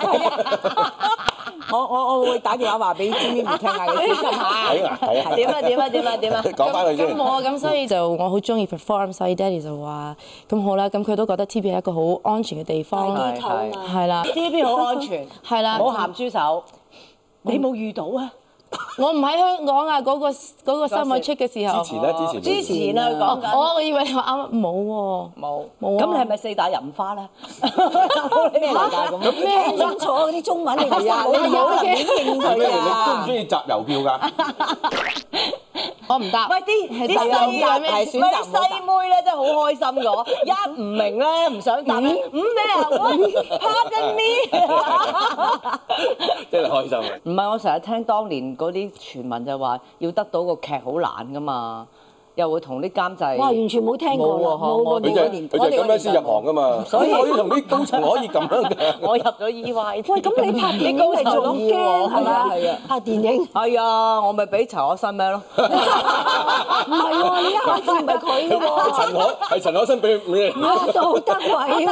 [SPEAKER 5] 我我我會打電話話俾 Jimmy 聽下佢先
[SPEAKER 2] 係啊係 啊
[SPEAKER 1] 點啊點啊點啊 點啊！
[SPEAKER 2] 講翻佢
[SPEAKER 7] 咁
[SPEAKER 2] 先。嗯
[SPEAKER 7] 我咁所以就我好中意 perform，所以 Daddy 就話咁好啦，咁佢都覺得 TB 係一個好安全嘅地方，
[SPEAKER 4] 啲頭啊嘛。
[SPEAKER 7] 係啦，
[SPEAKER 1] TVB 好安全，
[SPEAKER 7] 係啦，
[SPEAKER 1] 冇鹹豬手，你冇遇到啊？
[SPEAKER 7] 我唔喺香港啊！嗰、個嗰個新聞出嘅時候，
[SPEAKER 2] 之前咧，之前
[SPEAKER 1] 之前啊，
[SPEAKER 7] 哦
[SPEAKER 1] 講緊。
[SPEAKER 7] 我我以為你話啱啱冇喎。
[SPEAKER 1] 冇
[SPEAKER 7] 冇啊
[SPEAKER 1] 咁你係咪四大淫花咧？咩嚟㗎咁？
[SPEAKER 4] 聽清楚嗰啲中文，你
[SPEAKER 5] 哎
[SPEAKER 1] 係啊，你
[SPEAKER 4] 冇
[SPEAKER 1] 冇能
[SPEAKER 4] 能
[SPEAKER 1] 力應
[SPEAKER 2] 係
[SPEAKER 1] 佢
[SPEAKER 2] 咩嚟？你中唔
[SPEAKER 1] 啊！
[SPEAKER 2] 中意集郵票㗎？
[SPEAKER 7] 我唔答。
[SPEAKER 1] 喂，啲啲
[SPEAKER 7] 大家
[SPEAKER 1] 細
[SPEAKER 7] 有咩
[SPEAKER 1] 妹，
[SPEAKER 7] 選
[SPEAKER 1] 喂
[SPEAKER 7] 擇
[SPEAKER 1] 啲細妹咧真係好開心㗎，我一唔明咧唔想答，五咩啊喂？Pardon me。
[SPEAKER 2] 真係開心啊！
[SPEAKER 1] 唔係，我成日聽當年嗰啲傳聞就話要得到個劇好難㗎嘛，又會同啲監製。
[SPEAKER 4] 哇，完全冇聽過啦，
[SPEAKER 1] 冇喎
[SPEAKER 4] 冇
[SPEAKER 1] 我
[SPEAKER 4] 冇
[SPEAKER 2] 佢
[SPEAKER 1] 哋
[SPEAKER 2] 就
[SPEAKER 4] 冇
[SPEAKER 1] 嗰
[SPEAKER 2] 係
[SPEAKER 1] 年
[SPEAKER 2] 佢就係咁樣先入行㗎嘛，
[SPEAKER 1] 所以
[SPEAKER 2] 咁可以同啲高層可以咁樣㗎。
[SPEAKER 1] 我入咗 E EY。
[SPEAKER 4] 喂，咁你拍電影咪仲驚係
[SPEAKER 1] 係啊
[SPEAKER 4] 嘛
[SPEAKER 1] 係啊？
[SPEAKER 4] 拍電影唔
[SPEAKER 1] 係啊，我咪俾查我新咩咯。
[SPEAKER 2] 啊
[SPEAKER 4] 係喎，你一開始唔係佢
[SPEAKER 2] 係
[SPEAKER 4] 喎，
[SPEAKER 2] 陳可係陳可辛俾俾你
[SPEAKER 4] 啊杜德偉喎，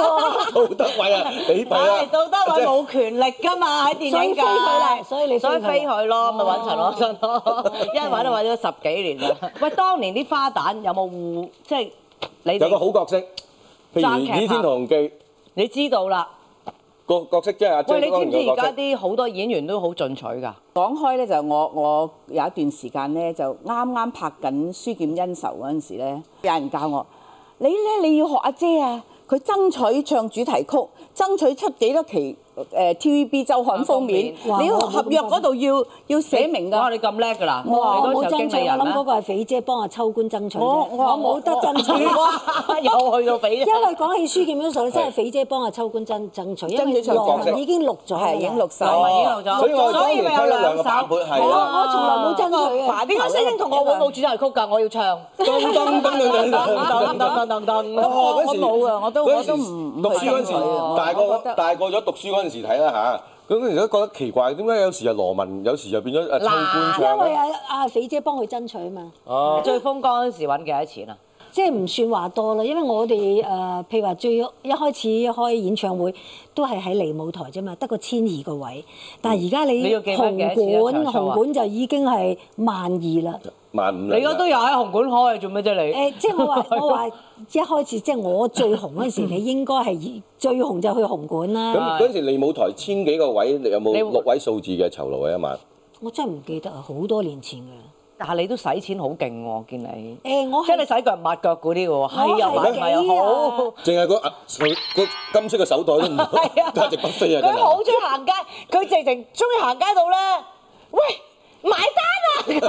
[SPEAKER 2] 杜德偉啊，你弊啦
[SPEAKER 1] 係，，杜德偉冇權力㗎嘛，喺電
[SPEAKER 4] 所以
[SPEAKER 1] 影
[SPEAKER 4] 飛佢啦
[SPEAKER 1] 界，
[SPEAKER 4] 所以你飛
[SPEAKER 1] 所
[SPEAKER 4] 佢
[SPEAKER 1] 以
[SPEAKER 4] 啦哦
[SPEAKER 1] 飛佢咯，咪揾陳可辛咯，一揾都揾咗十幾年啦。喂，當年啲花旦有冇互即係你
[SPEAKER 2] 有個
[SPEAKER 1] 哋
[SPEAKER 2] 好角色，譬如《
[SPEAKER 1] 爭劇啊
[SPEAKER 2] 倚天屠龍記》
[SPEAKER 1] 你知道啦？
[SPEAKER 2] 個角色即係阿張
[SPEAKER 1] 喂，你知
[SPEAKER 2] 國
[SPEAKER 1] 唔
[SPEAKER 2] 榮
[SPEAKER 1] 知
[SPEAKER 2] 個
[SPEAKER 1] 而
[SPEAKER 2] 角
[SPEAKER 1] 家
[SPEAKER 2] 色，
[SPEAKER 1] 啲好多演員都好進取㗎？
[SPEAKER 5] 講開咧，就我我有一段時間咧，就啱啱拍緊《書劍恩仇》嗰陣時咧，有人教我：你咧你要學阿姐啊，佢爭取唱主題曲，爭取出幾多期誒、呃 TVB 周刊封面，
[SPEAKER 4] 啊哇
[SPEAKER 5] 你要
[SPEAKER 4] 我冇咁
[SPEAKER 5] 合約嗰度要要寫明
[SPEAKER 1] 哇！
[SPEAKER 5] 㗎。
[SPEAKER 1] 你咁叻㗎啦！
[SPEAKER 4] 我話
[SPEAKER 1] 你
[SPEAKER 4] 我
[SPEAKER 1] 嗰
[SPEAKER 4] 冇
[SPEAKER 1] 時候
[SPEAKER 4] 爭
[SPEAKER 1] 經啊
[SPEAKER 4] 取，
[SPEAKER 1] 理人
[SPEAKER 4] 我諗
[SPEAKER 1] 咧
[SPEAKER 4] 嗰個係肥姐幫阿秋官爭取啫，
[SPEAKER 5] 我我話
[SPEAKER 4] 我冇得爭取。
[SPEAKER 1] 哇！又去到俾
[SPEAKER 4] 因為講起書劍恩仇咧，真係肥姐幫阿秋官爭爭取，因為
[SPEAKER 5] 爭取長
[SPEAKER 2] 角色
[SPEAKER 4] 羅文已經錄咗啦，
[SPEAKER 5] 係已經錄晒
[SPEAKER 1] 羅文已經錄咗
[SPEAKER 2] 所以我當年
[SPEAKER 1] 所以咪
[SPEAKER 2] 聽
[SPEAKER 1] 有
[SPEAKER 2] 咗兩
[SPEAKER 1] 兩
[SPEAKER 2] 個
[SPEAKER 1] 首
[SPEAKER 2] 版本係
[SPEAKER 4] 係咯，
[SPEAKER 2] 啦，
[SPEAKER 4] 我從來冇爭取嘅。
[SPEAKER 1] 點解星星同我會冇主題曲㗎？我要唱。
[SPEAKER 2] 噔噔噔噔噔
[SPEAKER 1] 噔噔
[SPEAKER 2] 噔。
[SPEAKER 1] 噔噔噔。
[SPEAKER 2] 哦
[SPEAKER 5] 我冇啊我都
[SPEAKER 2] 嗰陣時
[SPEAKER 5] 我都唔
[SPEAKER 2] 讀書嗰陣
[SPEAKER 5] 唔係咁
[SPEAKER 2] 時，
[SPEAKER 5] 耐
[SPEAKER 2] 大
[SPEAKER 5] 我覺
[SPEAKER 2] 個
[SPEAKER 5] 得
[SPEAKER 2] 大個咗讀書嗰陣時睇啦嚇，咁嗰陣時都覺得奇怪，點解有時又羅文，有時又變咗阿秋官
[SPEAKER 4] 因
[SPEAKER 2] 唱
[SPEAKER 4] 為
[SPEAKER 2] 咧？
[SPEAKER 4] 阿阿肥姐幫佢爭取啊嘛，
[SPEAKER 2] 哦
[SPEAKER 1] 最風光嗰時揾幾多錢啊？
[SPEAKER 4] 即係唔算話多啦，因為我哋誒、呃譬如話最一開始開演唱會都係喺離舞台啫嘛，得個千二個位，但係而家你
[SPEAKER 1] 嗯你要記返幾多
[SPEAKER 4] 紅
[SPEAKER 1] 錢
[SPEAKER 4] 館
[SPEAKER 1] 一場 show 啊
[SPEAKER 4] 紅館就已經係萬二 啦。
[SPEAKER 2] 萬五
[SPEAKER 1] 你而家都有喺紅館開，做咩啫
[SPEAKER 4] 誒、
[SPEAKER 1] 你？
[SPEAKER 4] 即係我 話我話一開始即係我最紅嗰陣時，你應該係最紅就去紅館
[SPEAKER 2] 咁
[SPEAKER 4] 啦。
[SPEAKER 2] 嗰陣時利舞台千幾個位，你有冇
[SPEAKER 1] 你
[SPEAKER 2] 六位數字嘅酬勞啊一晚？
[SPEAKER 4] 我真係唔記得啊，好多年前㗎啦。
[SPEAKER 1] 但係你都使錢好勁喎，我見你。
[SPEAKER 4] 誒、我
[SPEAKER 1] 即係你
[SPEAKER 4] 係
[SPEAKER 1] 使腳抹腳嗰啲喎，係啊，
[SPEAKER 4] 我
[SPEAKER 1] 買
[SPEAKER 4] 係
[SPEAKER 1] 埋又好
[SPEAKER 4] 幾。
[SPEAKER 2] 淨係個銀手個金色嘅手袋 都唔好
[SPEAKER 1] 係啊，
[SPEAKER 2] 價值不菲啊！真
[SPEAKER 1] 佢好
[SPEAKER 2] 係
[SPEAKER 1] 中意行街，佢直情中意行街度咧，喂。埋單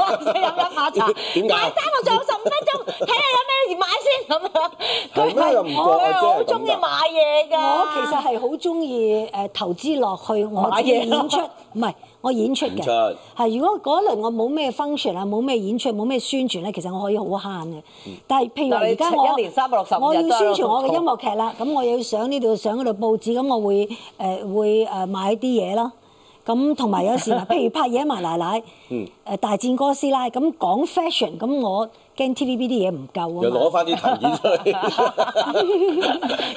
[SPEAKER 1] 啊！即係飲飲下茶，
[SPEAKER 2] 點解啊
[SPEAKER 1] 埋單我仲有十五分 鐘，睇下有咩買先咁樣。
[SPEAKER 2] 係咩又唔覺
[SPEAKER 1] 佢
[SPEAKER 2] 啊
[SPEAKER 1] 係好
[SPEAKER 2] 真係咁㗎
[SPEAKER 1] 中意買嘢㗎。
[SPEAKER 4] 我其實係好中意誒投資落去我自己
[SPEAKER 1] 買嘢咯
[SPEAKER 4] 演出，唔係我演出
[SPEAKER 2] 演出
[SPEAKER 4] 嘅。係如果嗰輪我冇咩 function 啊，冇咩演出，冇咩宣傳咧，其實我可以好慳嘅。
[SPEAKER 2] 嗯
[SPEAKER 4] 但係譬如話
[SPEAKER 1] 但係
[SPEAKER 4] 而家我
[SPEAKER 1] 一年365
[SPEAKER 4] 我要
[SPEAKER 1] 日都喺度
[SPEAKER 4] 宣傳我嘅音樂劇啦，咁我又要上呢度上嗰度報紙，咁我會誒、會誒買啲嘢咯。咁同埋有時嗱，譬如拍《野蠻奶奶》，
[SPEAKER 2] 嗯
[SPEAKER 4] 誒、大戰哥師奶，咁講 fashion，咁我驚 TVB 啲嘢唔夠
[SPEAKER 2] 又攞
[SPEAKER 4] 啊嘛。
[SPEAKER 2] 翻啲藤件出嚟，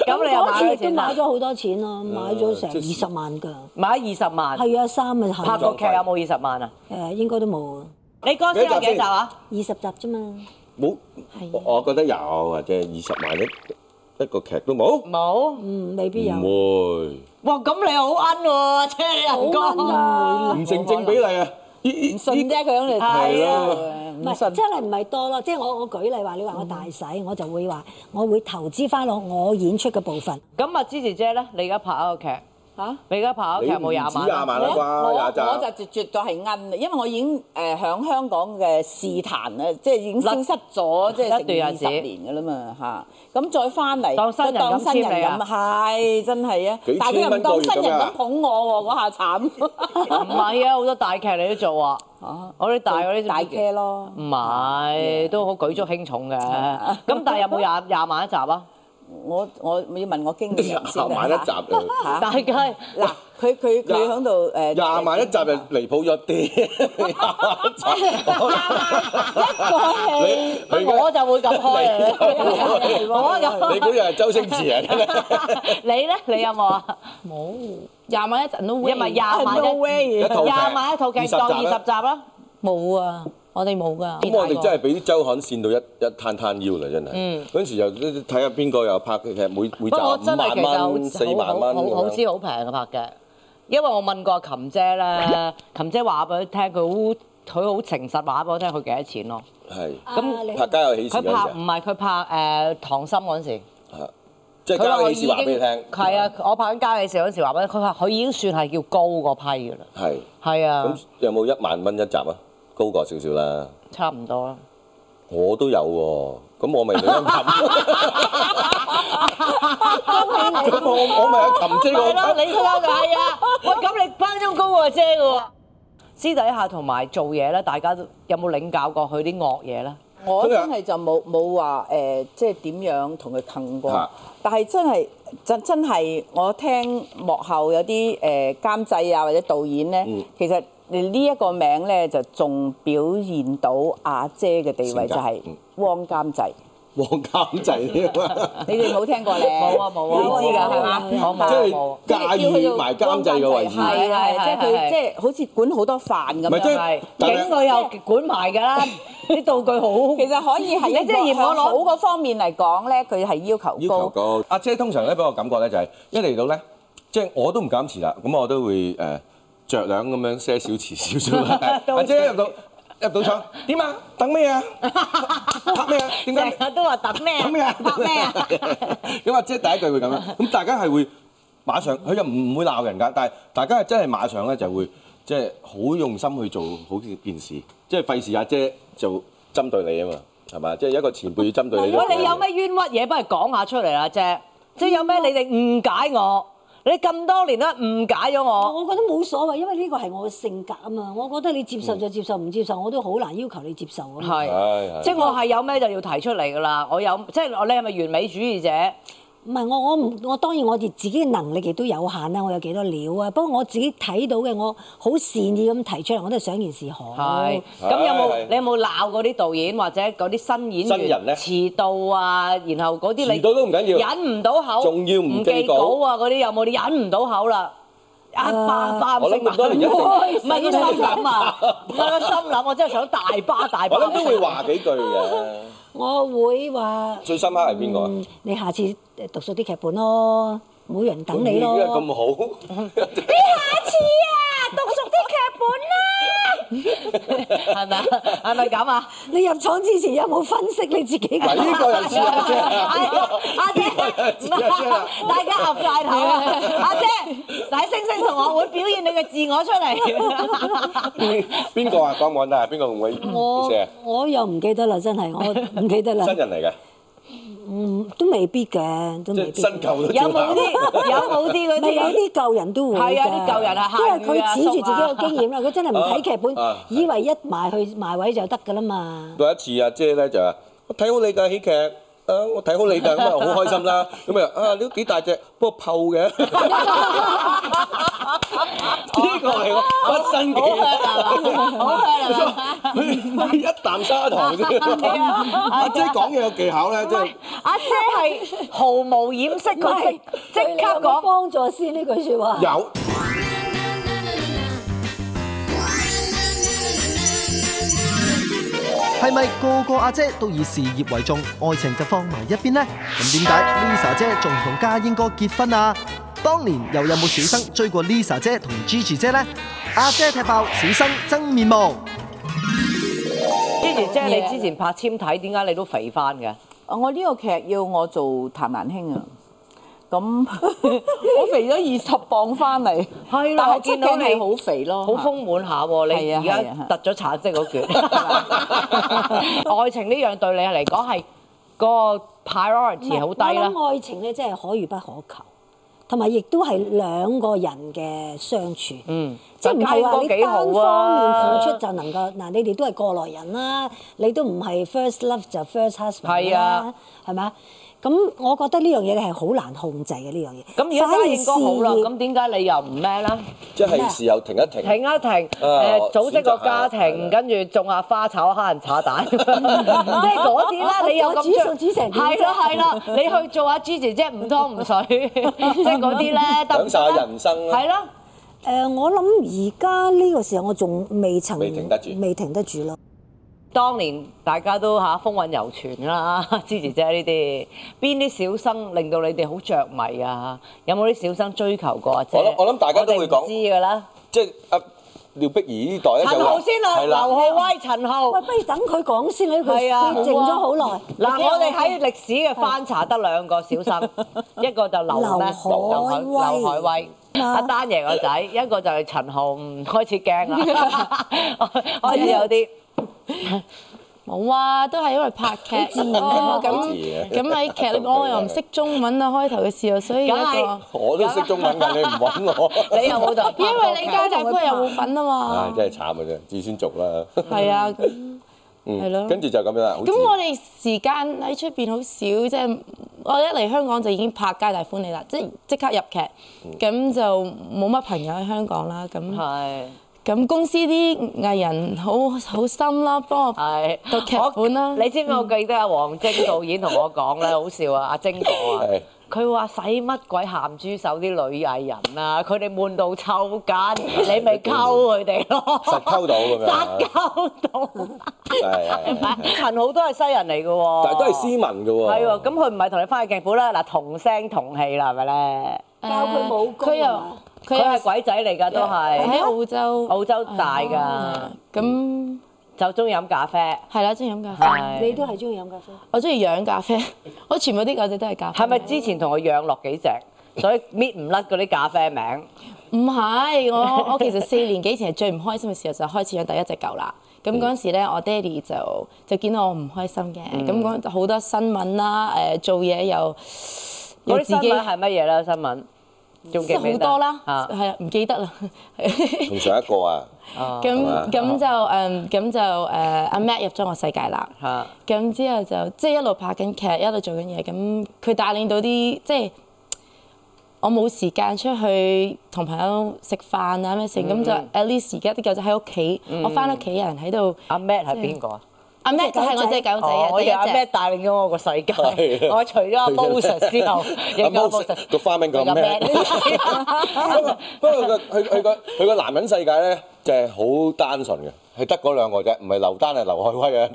[SPEAKER 1] 咁你又買
[SPEAKER 4] 嗰次
[SPEAKER 1] 咗
[SPEAKER 4] 亦
[SPEAKER 1] 錢
[SPEAKER 4] 都
[SPEAKER 1] 啊啦
[SPEAKER 4] 買咗，好多錢咯，買咗成
[SPEAKER 2] 即
[SPEAKER 4] 二
[SPEAKER 2] 係
[SPEAKER 4] 十萬㗎。
[SPEAKER 1] 買二十萬。
[SPEAKER 4] 係啊，衫啊，
[SPEAKER 1] 拍
[SPEAKER 4] 拍
[SPEAKER 1] 個
[SPEAKER 4] 過
[SPEAKER 1] 劇有冇二十萬啊？
[SPEAKER 4] 誒，應該都冇啊，
[SPEAKER 1] 你嗰時有幾
[SPEAKER 2] 幾集先
[SPEAKER 1] 集啊？
[SPEAKER 4] 二十集啫嘛。
[SPEAKER 2] 冇，我我覺得有或者二十萬一一個劇都冇，
[SPEAKER 1] 冇。
[SPEAKER 4] 嗯，未必有。
[SPEAKER 2] 唔
[SPEAKER 1] 哇！咁你好奀喎，即係人
[SPEAKER 4] 好奀啊
[SPEAKER 1] 哥。
[SPEAKER 2] 會唔正正比例啊！依
[SPEAKER 5] 唔信啫，佢喺度
[SPEAKER 1] 係
[SPEAKER 5] 睇
[SPEAKER 1] 啊
[SPEAKER 4] 唔
[SPEAKER 5] 啊，唔
[SPEAKER 4] 係，
[SPEAKER 5] 信。
[SPEAKER 4] 真係唔係多咯。即係我我舉例話，你話我大使，我就會話，我會投資翻落我演出嘅部分。
[SPEAKER 1] 咁啊，芝芝姐咧，你而家拍一個劇，
[SPEAKER 5] 嚇
[SPEAKER 1] 你而家拍一個劇
[SPEAKER 2] 你
[SPEAKER 1] 有冇廿萬
[SPEAKER 2] 唔止
[SPEAKER 1] 啊？
[SPEAKER 2] 廿萬啦
[SPEAKER 5] 我
[SPEAKER 2] 啩，廿集
[SPEAKER 5] 我就絕絕對係奀啊，因為我已經誒喺香港嘅試壇啊，即係已經消失咗，即係成
[SPEAKER 1] 一段
[SPEAKER 5] 二
[SPEAKER 1] 日子
[SPEAKER 5] 十年㗎啦嘛嚇。咁再翻嚟，
[SPEAKER 1] 當新人咁
[SPEAKER 5] 當新
[SPEAKER 1] 簽你
[SPEAKER 5] 人
[SPEAKER 1] 啊
[SPEAKER 5] 咁，係真係啊
[SPEAKER 2] 幾！
[SPEAKER 5] 但係佢
[SPEAKER 2] 千
[SPEAKER 5] 又
[SPEAKER 2] 蚊
[SPEAKER 5] 唔當
[SPEAKER 2] 個月
[SPEAKER 5] 新人
[SPEAKER 2] 咁啊
[SPEAKER 5] 咁捧我喎，嗰下慘。
[SPEAKER 1] 唔係啊，好多大劇你都做啊。
[SPEAKER 5] 啊
[SPEAKER 1] 我啲大嗰啲
[SPEAKER 5] 大車咯
[SPEAKER 1] 唔，係，都好舉足輕重嘅。咁但係有冇廿廿萬一集啊？
[SPEAKER 5] 我我要問我經理人先啊
[SPEAKER 2] 廿萬一集誒，
[SPEAKER 5] 嚇
[SPEAKER 1] 大概
[SPEAKER 5] 嗱，佢佢佢喺度呃誒
[SPEAKER 2] 廿萬一集就離譜咗啲，一個
[SPEAKER 1] 我就會咁 開啊！我咁，
[SPEAKER 2] 你估又係周星馳啊？真係
[SPEAKER 1] 你咧，你有冇啊？
[SPEAKER 7] 冇廿萬一陣都會。
[SPEAKER 1] 一咪廿萬
[SPEAKER 5] ，no
[SPEAKER 1] 一
[SPEAKER 5] way！
[SPEAKER 2] 一套劇
[SPEAKER 1] 廿萬一套劇，
[SPEAKER 2] 20
[SPEAKER 1] 當二
[SPEAKER 2] 集啊啦
[SPEAKER 1] 十集啦。
[SPEAKER 7] 冇啊！我哋冇噶。
[SPEAKER 2] 咁我哋真係俾啲周刊跣到一一攤攤腰啦，真係。嗰陣時又睇下邊個又拍劇，每每
[SPEAKER 1] 不
[SPEAKER 2] 集
[SPEAKER 1] 過我
[SPEAKER 2] 五
[SPEAKER 1] 真係其實
[SPEAKER 2] 萬
[SPEAKER 1] 好
[SPEAKER 2] 蚊、四萬
[SPEAKER 1] 好
[SPEAKER 2] 蚊
[SPEAKER 1] 好好
[SPEAKER 2] 咁樣。
[SPEAKER 1] 知好平嘅拍嘅，因為我問過琴姐咧，琴姐話俾佢聽，佢好佢好誠實話俾我聽，佢幾多錢咯？
[SPEAKER 2] 係
[SPEAKER 4] 咁啊你
[SPEAKER 2] 拍家有喜事
[SPEAKER 1] 佢
[SPEAKER 2] 嗰
[SPEAKER 1] 拍唔
[SPEAKER 2] 陣
[SPEAKER 1] 係佢拍誒《溏心》嗰陣時。
[SPEAKER 2] 時啊，即係
[SPEAKER 1] 佢
[SPEAKER 2] 家
[SPEAKER 1] 話
[SPEAKER 2] 有
[SPEAKER 1] 佢
[SPEAKER 2] 喜事話俾你聽。
[SPEAKER 1] 係啊，，我拍緊家嘅時候嗰時話俾佢聽，佢話佢已經算係叫高嗰批㗎啦。
[SPEAKER 2] 係。
[SPEAKER 1] 係啊
[SPEAKER 2] 咁，有冇一萬蚊一集啊？高過少少啦，
[SPEAKER 1] 差唔多啦。
[SPEAKER 2] 我都有喎。咁我咪你一撳，咁我我咪一撳即
[SPEAKER 1] 係咯，
[SPEAKER 2] 我
[SPEAKER 1] 你啱就 係啊！喂，咁你班中高過姐嘅喎。私底下同埋做嘢咧，大家都有冇領教過佢啲惡嘢咧？
[SPEAKER 5] 我
[SPEAKER 2] 真係
[SPEAKER 5] 真係就冇冇話誒，即係點樣同佢坑過
[SPEAKER 2] 嚇。
[SPEAKER 5] 但係真係真真係，我聽幕後有啲誒、呃、監製啊或者導演咧，
[SPEAKER 2] 嗯
[SPEAKER 5] 其實你呢一個名咧就仲表現到阿姐嘅地位，
[SPEAKER 2] 性格
[SPEAKER 5] 就係
[SPEAKER 2] 嗯
[SPEAKER 5] 汪監製。
[SPEAKER 2] 黃監製添啊，
[SPEAKER 5] 你哋冇聽過咧？
[SPEAKER 1] 冇啊冇啊，
[SPEAKER 5] 你知㗎係嘛？
[SPEAKER 1] 我
[SPEAKER 2] 即
[SPEAKER 1] 冇啊冇
[SPEAKER 2] 係。駕馭埋監製嘅位置。
[SPEAKER 5] 係係，即係佢即係好似管好多飯咁
[SPEAKER 2] 咪即係
[SPEAKER 5] 樣。
[SPEAKER 1] 係
[SPEAKER 2] 但係
[SPEAKER 1] 景佢又管埋 㗎啦，啲道具好。
[SPEAKER 5] 其實可以係
[SPEAKER 1] 你即係嫌我攞
[SPEAKER 5] 好嗰方面嚟講咧，佢係要求
[SPEAKER 2] 要求
[SPEAKER 5] 高。
[SPEAKER 2] 高。阿姐通常咧俾我感覺咧就係、一嚟到咧，即係我都唔敢遲啦，咁我都會誒、呃、著兩咁樣些少 遲少少啦。阿姐入到入到廠點啊？等咩啊？拍咩啊？點解？
[SPEAKER 1] 成日都話等咩啊？
[SPEAKER 2] 等咩啊？
[SPEAKER 1] 拍咩啊？？
[SPEAKER 2] 咁阿姐第一句會咁樣，咁大家係會馬上，佢又唔唔會鬧人㗎，但係大家係真係馬上咧就會即係好用心去做好件事，即係費事阿姐就針對你啊嘛，係嘛？即係一個前輩要針對 你。
[SPEAKER 1] 喂，你有咩冤屈嘢，不如講下出嚟啦，姐。即係有咩你哋誤解我，你咁多年都誤解咗我。
[SPEAKER 4] 我覺得冇所謂，因為呢個係我嘅性格啊嘛。我覺得你接受就接受，唔接受我都好難要求你接受啊嘛。
[SPEAKER 1] 係，
[SPEAKER 2] 係係
[SPEAKER 1] 即係我係有咩就要提出嚟㗎啦。我有，即係我你係咪完美主義者？
[SPEAKER 4] 唔係我我唔我當然我哋自己嘅能力亦都有限啦，我有幾多料啊？不過我自己睇到嘅，我好善意咁提出嚟，我都係想件事
[SPEAKER 2] 哦
[SPEAKER 4] 好。
[SPEAKER 1] 係。咁有冇你有冇鬧嗰啲導演或者嗰啲新演
[SPEAKER 2] 新人呢
[SPEAKER 1] 員遲到啊？然後嗰啲你
[SPEAKER 2] 遲到都唔緊要
[SPEAKER 1] 忍唔到口，
[SPEAKER 2] 仲要唔記
[SPEAKER 1] 記
[SPEAKER 2] 稿啊
[SPEAKER 1] 稿啊？嗰啲有冇你忍唔到口啦？啊一巴巴
[SPEAKER 2] 我諗咁多年一定
[SPEAKER 1] 唔係個心諗啊！我個心諗，我真係想大巴大巴。
[SPEAKER 2] 我諗都會話幾 句嘅。
[SPEAKER 4] 我會話
[SPEAKER 2] 最深刻係邊個啊？
[SPEAKER 4] 嗯，你下次誒讀熟啲劇本咯，冇人等
[SPEAKER 2] 咁
[SPEAKER 4] 你咯。
[SPEAKER 2] 咁
[SPEAKER 1] 係咪啊？係咪咁啊？
[SPEAKER 4] 你入廠之前有冇分析你自己
[SPEAKER 2] 好，嗱呢個又似 阿姐啊，
[SPEAKER 1] 阿姐，唔係大家合晒頭啊！阿姐，大星星同我會表現你嘅自我出嚟。
[SPEAKER 2] 邊邊個啊？講唔講得啊？邊個同
[SPEAKER 4] 我
[SPEAKER 2] 佢寫啊？
[SPEAKER 4] 我又唔記得啦，真係我唔記得啦
[SPEAKER 2] 新，人嚟嘅，
[SPEAKER 4] 嗯，都未必嘅，都
[SPEAKER 2] 即
[SPEAKER 4] 未
[SPEAKER 2] 係
[SPEAKER 4] 必。
[SPEAKER 2] 新舊都
[SPEAKER 1] 有
[SPEAKER 2] 照
[SPEAKER 1] 冇
[SPEAKER 2] 鬧。
[SPEAKER 1] 啲有冇啲嗰
[SPEAKER 4] 咪有
[SPEAKER 1] 啲？
[SPEAKER 4] 啲舊人都會㗎
[SPEAKER 1] 係啊啲舊人啊
[SPEAKER 4] 因為
[SPEAKER 1] 夏雨
[SPEAKER 4] 佢
[SPEAKER 1] 啊
[SPEAKER 4] 指住自己個經驗啦，佢真係唔睇劇
[SPEAKER 2] 啊啊
[SPEAKER 4] 本，以為一埋去埋位就得㗎啦嘛。
[SPEAKER 2] 有一次阿姐咧就話：我睇好你㗎喜劇，啊我睇好你㗎，咁啊好開心啦。咁啊啊你都幾大隻，不過瘦嘅。呢個係我不新
[SPEAKER 1] 好香
[SPEAKER 2] 嘅。
[SPEAKER 1] 啊！好香啊！
[SPEAKER 2] 佢一啖砂糖啫。阿姐講嘢有技巧咧，即係。
[SPEAKER 1] 阿姐係毫無掩飾，
[SPEAKER 4] 唔
[SPEAKER 1] 佢
[SPEAKER 4] 係
[SPEAKER 1] 即即刻
[SPEAKER 4] 有冇
[SPEAKER 1] 講。
[SPEAKER 4] 幫助先呢句説話。
[SPEAKER 2] 有。
[SPEAKER 3] 係咪個個阿姐都以事業為重，愛情就放埋一邊呢？咁點解 Lisa 姐仲唔同家英哥結婚啊？當年又有冇小生追過 Lisa 姐同 Gigi 姐呢？阿姐踢爆小生真面目。
[SPEAKER 1] Gigi 姐，你之前拍纖體，點解你都肥翻嘅？
[SPEAKER 5] 啊我呢個劇要我做譚蘭卿啊，咁 我肥咗二十磅翻嚟，
[SPEAKER 1] 係啦
[SPEAKER 5] 但
[SPEAKER 1] 我
[SPEAKER 5] 係
[SPEAKER 1] 見
[SPEAKER 5] 見
[SPEAKER 1] 到
[SPEAKER 5] 到
[SPEAKER 1] 你
[SPEAKER 5] 你好肥咯，
[SPEAKER 1] 好豐滿下喎，你
[SPEAKER 5] 哦係啊
[SPEAKER 1] 而
[SPEAKER 5] 係啊
[SPEAKER 1] 家突咗橙色嗰橛。 愛情呢樣對你嚟講係嗰個
[SPEAKER 4] 唔
[SPEAKER 1] priority
[SPEAKER 4] 係
[SPEAKER 1] 好低啦。
[SPEAKER 4] 我諗愛情咧真係可遇不可求，同埋亦都係兩個人嘅相處。
[SPEAKER 1] 嗯，
[SPEAKER 4] 即係唔係話
[SPEAKER 1] 但
[SPEAKER 4] 你
[SPEAKER 1] 家英哥幾好啊
[SPEAKER 4] 單方面付出就能夠嗱，你哋都係過來人啦，你都唔係 first love 就 first husband
[SPEAKER 1] 係
[SPEAKER 4] 啦
[SPEAKER 1] 啊，
[SPEAKER 4] 係咪啊？咁我覺得呢樣嘢你係好難控制嘅呢樣嘢。
[SPEAKER 1] 咁而家
[SPEAKER 4] 反
[SPEAKER 1] 家
[SPEAKER 4] 而
[SPEAKER 1] 應該好啦，
[SPEAKER 4] 事業
[SPEAKER 1] 咁點解你又唔咩咧？
[SPEAKER 2] 即係時候停一停。
[SPEAKER 1] 停一停，誒
[SPEAKER 2] 我
[SPEAKER 1] 組織個家
[SPEAKER 2] 選擇下
[SPEAKER 1] 庭，
[SPEAKER 2] 係
[SPEAKER 1] 跟住種下花、炒下人 炒蛋，即係嗰啲啦。
[SPEAKER 4] 我
[SPEAKER 1] 你又
[SPEAKER 4] 我
[SPEAKER 1] 咁
[SPEAKER 4] 煮
[SPEAKER 1] 着
[SPEAKER 4] 餸煮成點啫
[SPEAKER 1] 係啦係啦，你去做下 Gigi 姐唔湯唔 水，即係嗰啲咧得唔
[SPEAKER 2] 享受
[SPEAKER 1] 得
[SPEAKER 2] 下
[SPEAKER 1] 咧
[SPEAKER 2] 人生啦
[SPEAKER 1] 係啦。
[SPEAKER 4] 誒、我諗而家呢個時候我仲未曾
[SPEAKER 2] 未停得住
[SPEAKER 4] 未停得住咯。
[SPEAKER 1] 當年大家都嚇風韻猶存啦， 支持姐呢啲邊啲小生令到你哋好着迷啊？有冇啲小生追求過啊？姐
[SPEAKER 2] 我諗我諗大家都會
[SPEAKER 1] 哋
[SPEAKER 2] 講
[SPEAKER 1] 唔知㗎啦，
[SPEAKER 2] 即係阿廖碧兒呢代咧
[SPEAKER 1] 陳
[SPEAKER 2] 就
[SPEAKER 1] 浩
[SPEAKER 2] 話
[SPEAKER 1] 先啦，
[SPEAKER 2] 係啦
[SPEAKER 1] 劉浩威、陳浩。
[SPEAKER 4] 喂，不如等佢講先啦，佢
[SPEAKER 1] 係啊
[SPEAKER 4] 佢靜咗好耐。
[SPEAKER 1] 嗱，我哋喺歷史嘅翻查得兩個小生，一個就劉咩？
[SPEAKER 4] 劉
[SPEAKER 1] 劉
[SPEAKER 4] 海
[SPEAKER 1] 海
[SPEAKER 4] 威
[SPEAKER 1] 劉海威。阿丹爺個仔，一個就係陳浩，嗯開始驚啦， 開始有啲
[SPEAKER 7] 冇啊，都係因為拍劇
[SPEAKER 2] 好
[SPEAKER 7] 咯。
[SPEAKER 2] 自然
[SPEAKER 7] 咁
[SPEAKER 2] 嘅
[SPEAKER 7] 咁喺劇 裏面，我又唔識中文啊，開頭嘅時候，所以一
[SPEAKER 1] 梗係
[SPEAKER 7] 個。
[SPEAKER 2] 我都識中文㗎，你唔揾我，
[SPEAKER 1] 你又冇就，
[SPEAKER 7] 因為你家大哥有互粉啊
[SPEAKER 2] 唉
[SPEAKER 7] 嘛，
[SPEAKER 2] 真係慘嘅啫，自先續啦。
[SPEAKER 7] 係啊，咁係咯
[SPEAKER 2] 嗯，跟住就咁樣啦。好自
[SPEAKER 7] 咁
[SPEAKER 2] 然
[SPEAKER 7] 我哋時間喺出邊好少，即係我一嚟香港就已經拍《皆大歡喜》啦，即即刻入
[SPEAKER 1] 嗯
[SPEAKER 7] 劇，咁就冇乜朋友喺香港啦，咁
[SPEAKER 1] 係
[SPEAKER 7] 咁公司啲藝人好好心啦，幫我
[SPEAKER 1] 係
[SPEAKER 7] 讀劇本啦
[SPEAKER 1] 我你知唔知我記得阿黃晶導演同我講咧，好笑啊！阿晶講啊
[SPEAKER 2] 係。
[SPEAKER 1] 佢話使乜鬼鹹豬手啲女藝人啊！佢哋悶到抽筋，你咪溝佢哋咯，
[SPEAKER 2] 實溝到咁樣
[SPEAKER 1] 實溝到。
[SPEAKER 2] 係 係係係
[SPEAKER 1] 啊陳浩都係西人嚟嘅喎，
[SPEAKER 2] 但係都係斯文㗎喎。
[SPEAKER 1] 係喎，咁佢唔係同你翻去劇本啦，嗱同聲同氣啦，係咪咧？
[SPEAKER 7] 教
[SPEAKER 4] 佢武功
[SPEAKER 7] 佢又
[SPEAKER 4] 啊
[SPEAKER 7] 佢
[SPEAKER 1] 佢
[SPEAKER 7] 又
[SPEAKER 1] 係鬼仔嚟㗎，都
[SPEAKER 7] 喺
[SPEAKER 1] 係
[SPEAKER 7] 澳洲，哦
[SPEAKER 1] 澳洲大㗎，
[SPEAKER 7] 咁
[SPEAKER 1] 就中意飲咖啡。
[SPEAKER 7] 係啦，中意飲咖啡，
[SPEAKER 1] 係
[SPEAKER 4] 你都係中意飲咖啡。
[SPEAKER 7] 我中意養咖啡， 我全部啲狗仔都係咖啡。
[SPEAKER 1] 係咪之前同我養落幾隻，所以搣唔甩嗰啲咖啡名？
[SPEAKER 7] 唔 係，我我其實四年幾前係最唔開心嘅時候就開始養第一隻狗啦。咁
[SPEAKER 1] 嗯
[SPEAKER 7] 嗰陣時咧，我爹哋就就見到我唔開心嘅，
[SPEAKER 1] 嗯
[SPEAKER 7] 咁嗰好多新聞啦，誒、做嘢
[SPEAKER 1] 嗰
[SPEAKER 7] 又
[SPEAKER 1] 啲
[SPEAKER 7] 又自
[SPEAKER 1] 新
[SPEAKER 7] 己
[SPEAKER 1] 聞係乜嘢啦？新聞仲記
[SPEAKER 7] 即
[SPEAKER 1] 唔記
[SPEAKER 7] 係好
[SPEAKER 1] 得？
[SPEAKER 7] 多啦，
[SPEAKER 1] 啊
[SPEAKER 7] 係啊，唔記 得啦。
[SPEAKER 2] 同上一個啊，
[SPEAKER 7] 咁咁就誒，咁就誒，呃阿 Matt 入咗我世界啦。
[SPEAKER 1] 嚇
[SPEAKER 7] 咁之後就即係一路拍緊劇，一路做緊嘢。咁佢帶領到啲即係我冇時間出去同朋友食飯啊咩成，咁、就 at least 而家啲狗仔喺屋企，我翻屋企有人喺度。
[SPEAKER 1] 阿 Matt 係邊個啊？
[SPEAKER 7] 阿 Mac 就係我只狗仔
[SPEAKER 1] 哦
[SPEAKER 7] 啊，
[SPEAKER 1] 我
[SPEAKER 7] 第一
[SPEAKER 1] 以為阿 Matt
[SPEAKER 7] 隻。
[SPEAKER 1] 帶領咗我個世界。
[SPEAKER 2] 係啊
[SPEAKER 1] 我除咗阿 Moses 之後，亦都
[SPEAKER 2] 阿
[SPEAKER 1] 有
[SPEAKER 2] Moses，
[SPEAKER 1] Moses
[SPEAKER 2] 個花名叫阿 Matt 不過
[SPEAKER 1] 係啊
[SPEAKER 2] 不過 佢佢佢個佢個男人世界咧就係好單純嘅，係得嗰兩個啫，唔係劉丹係劉 海威啊，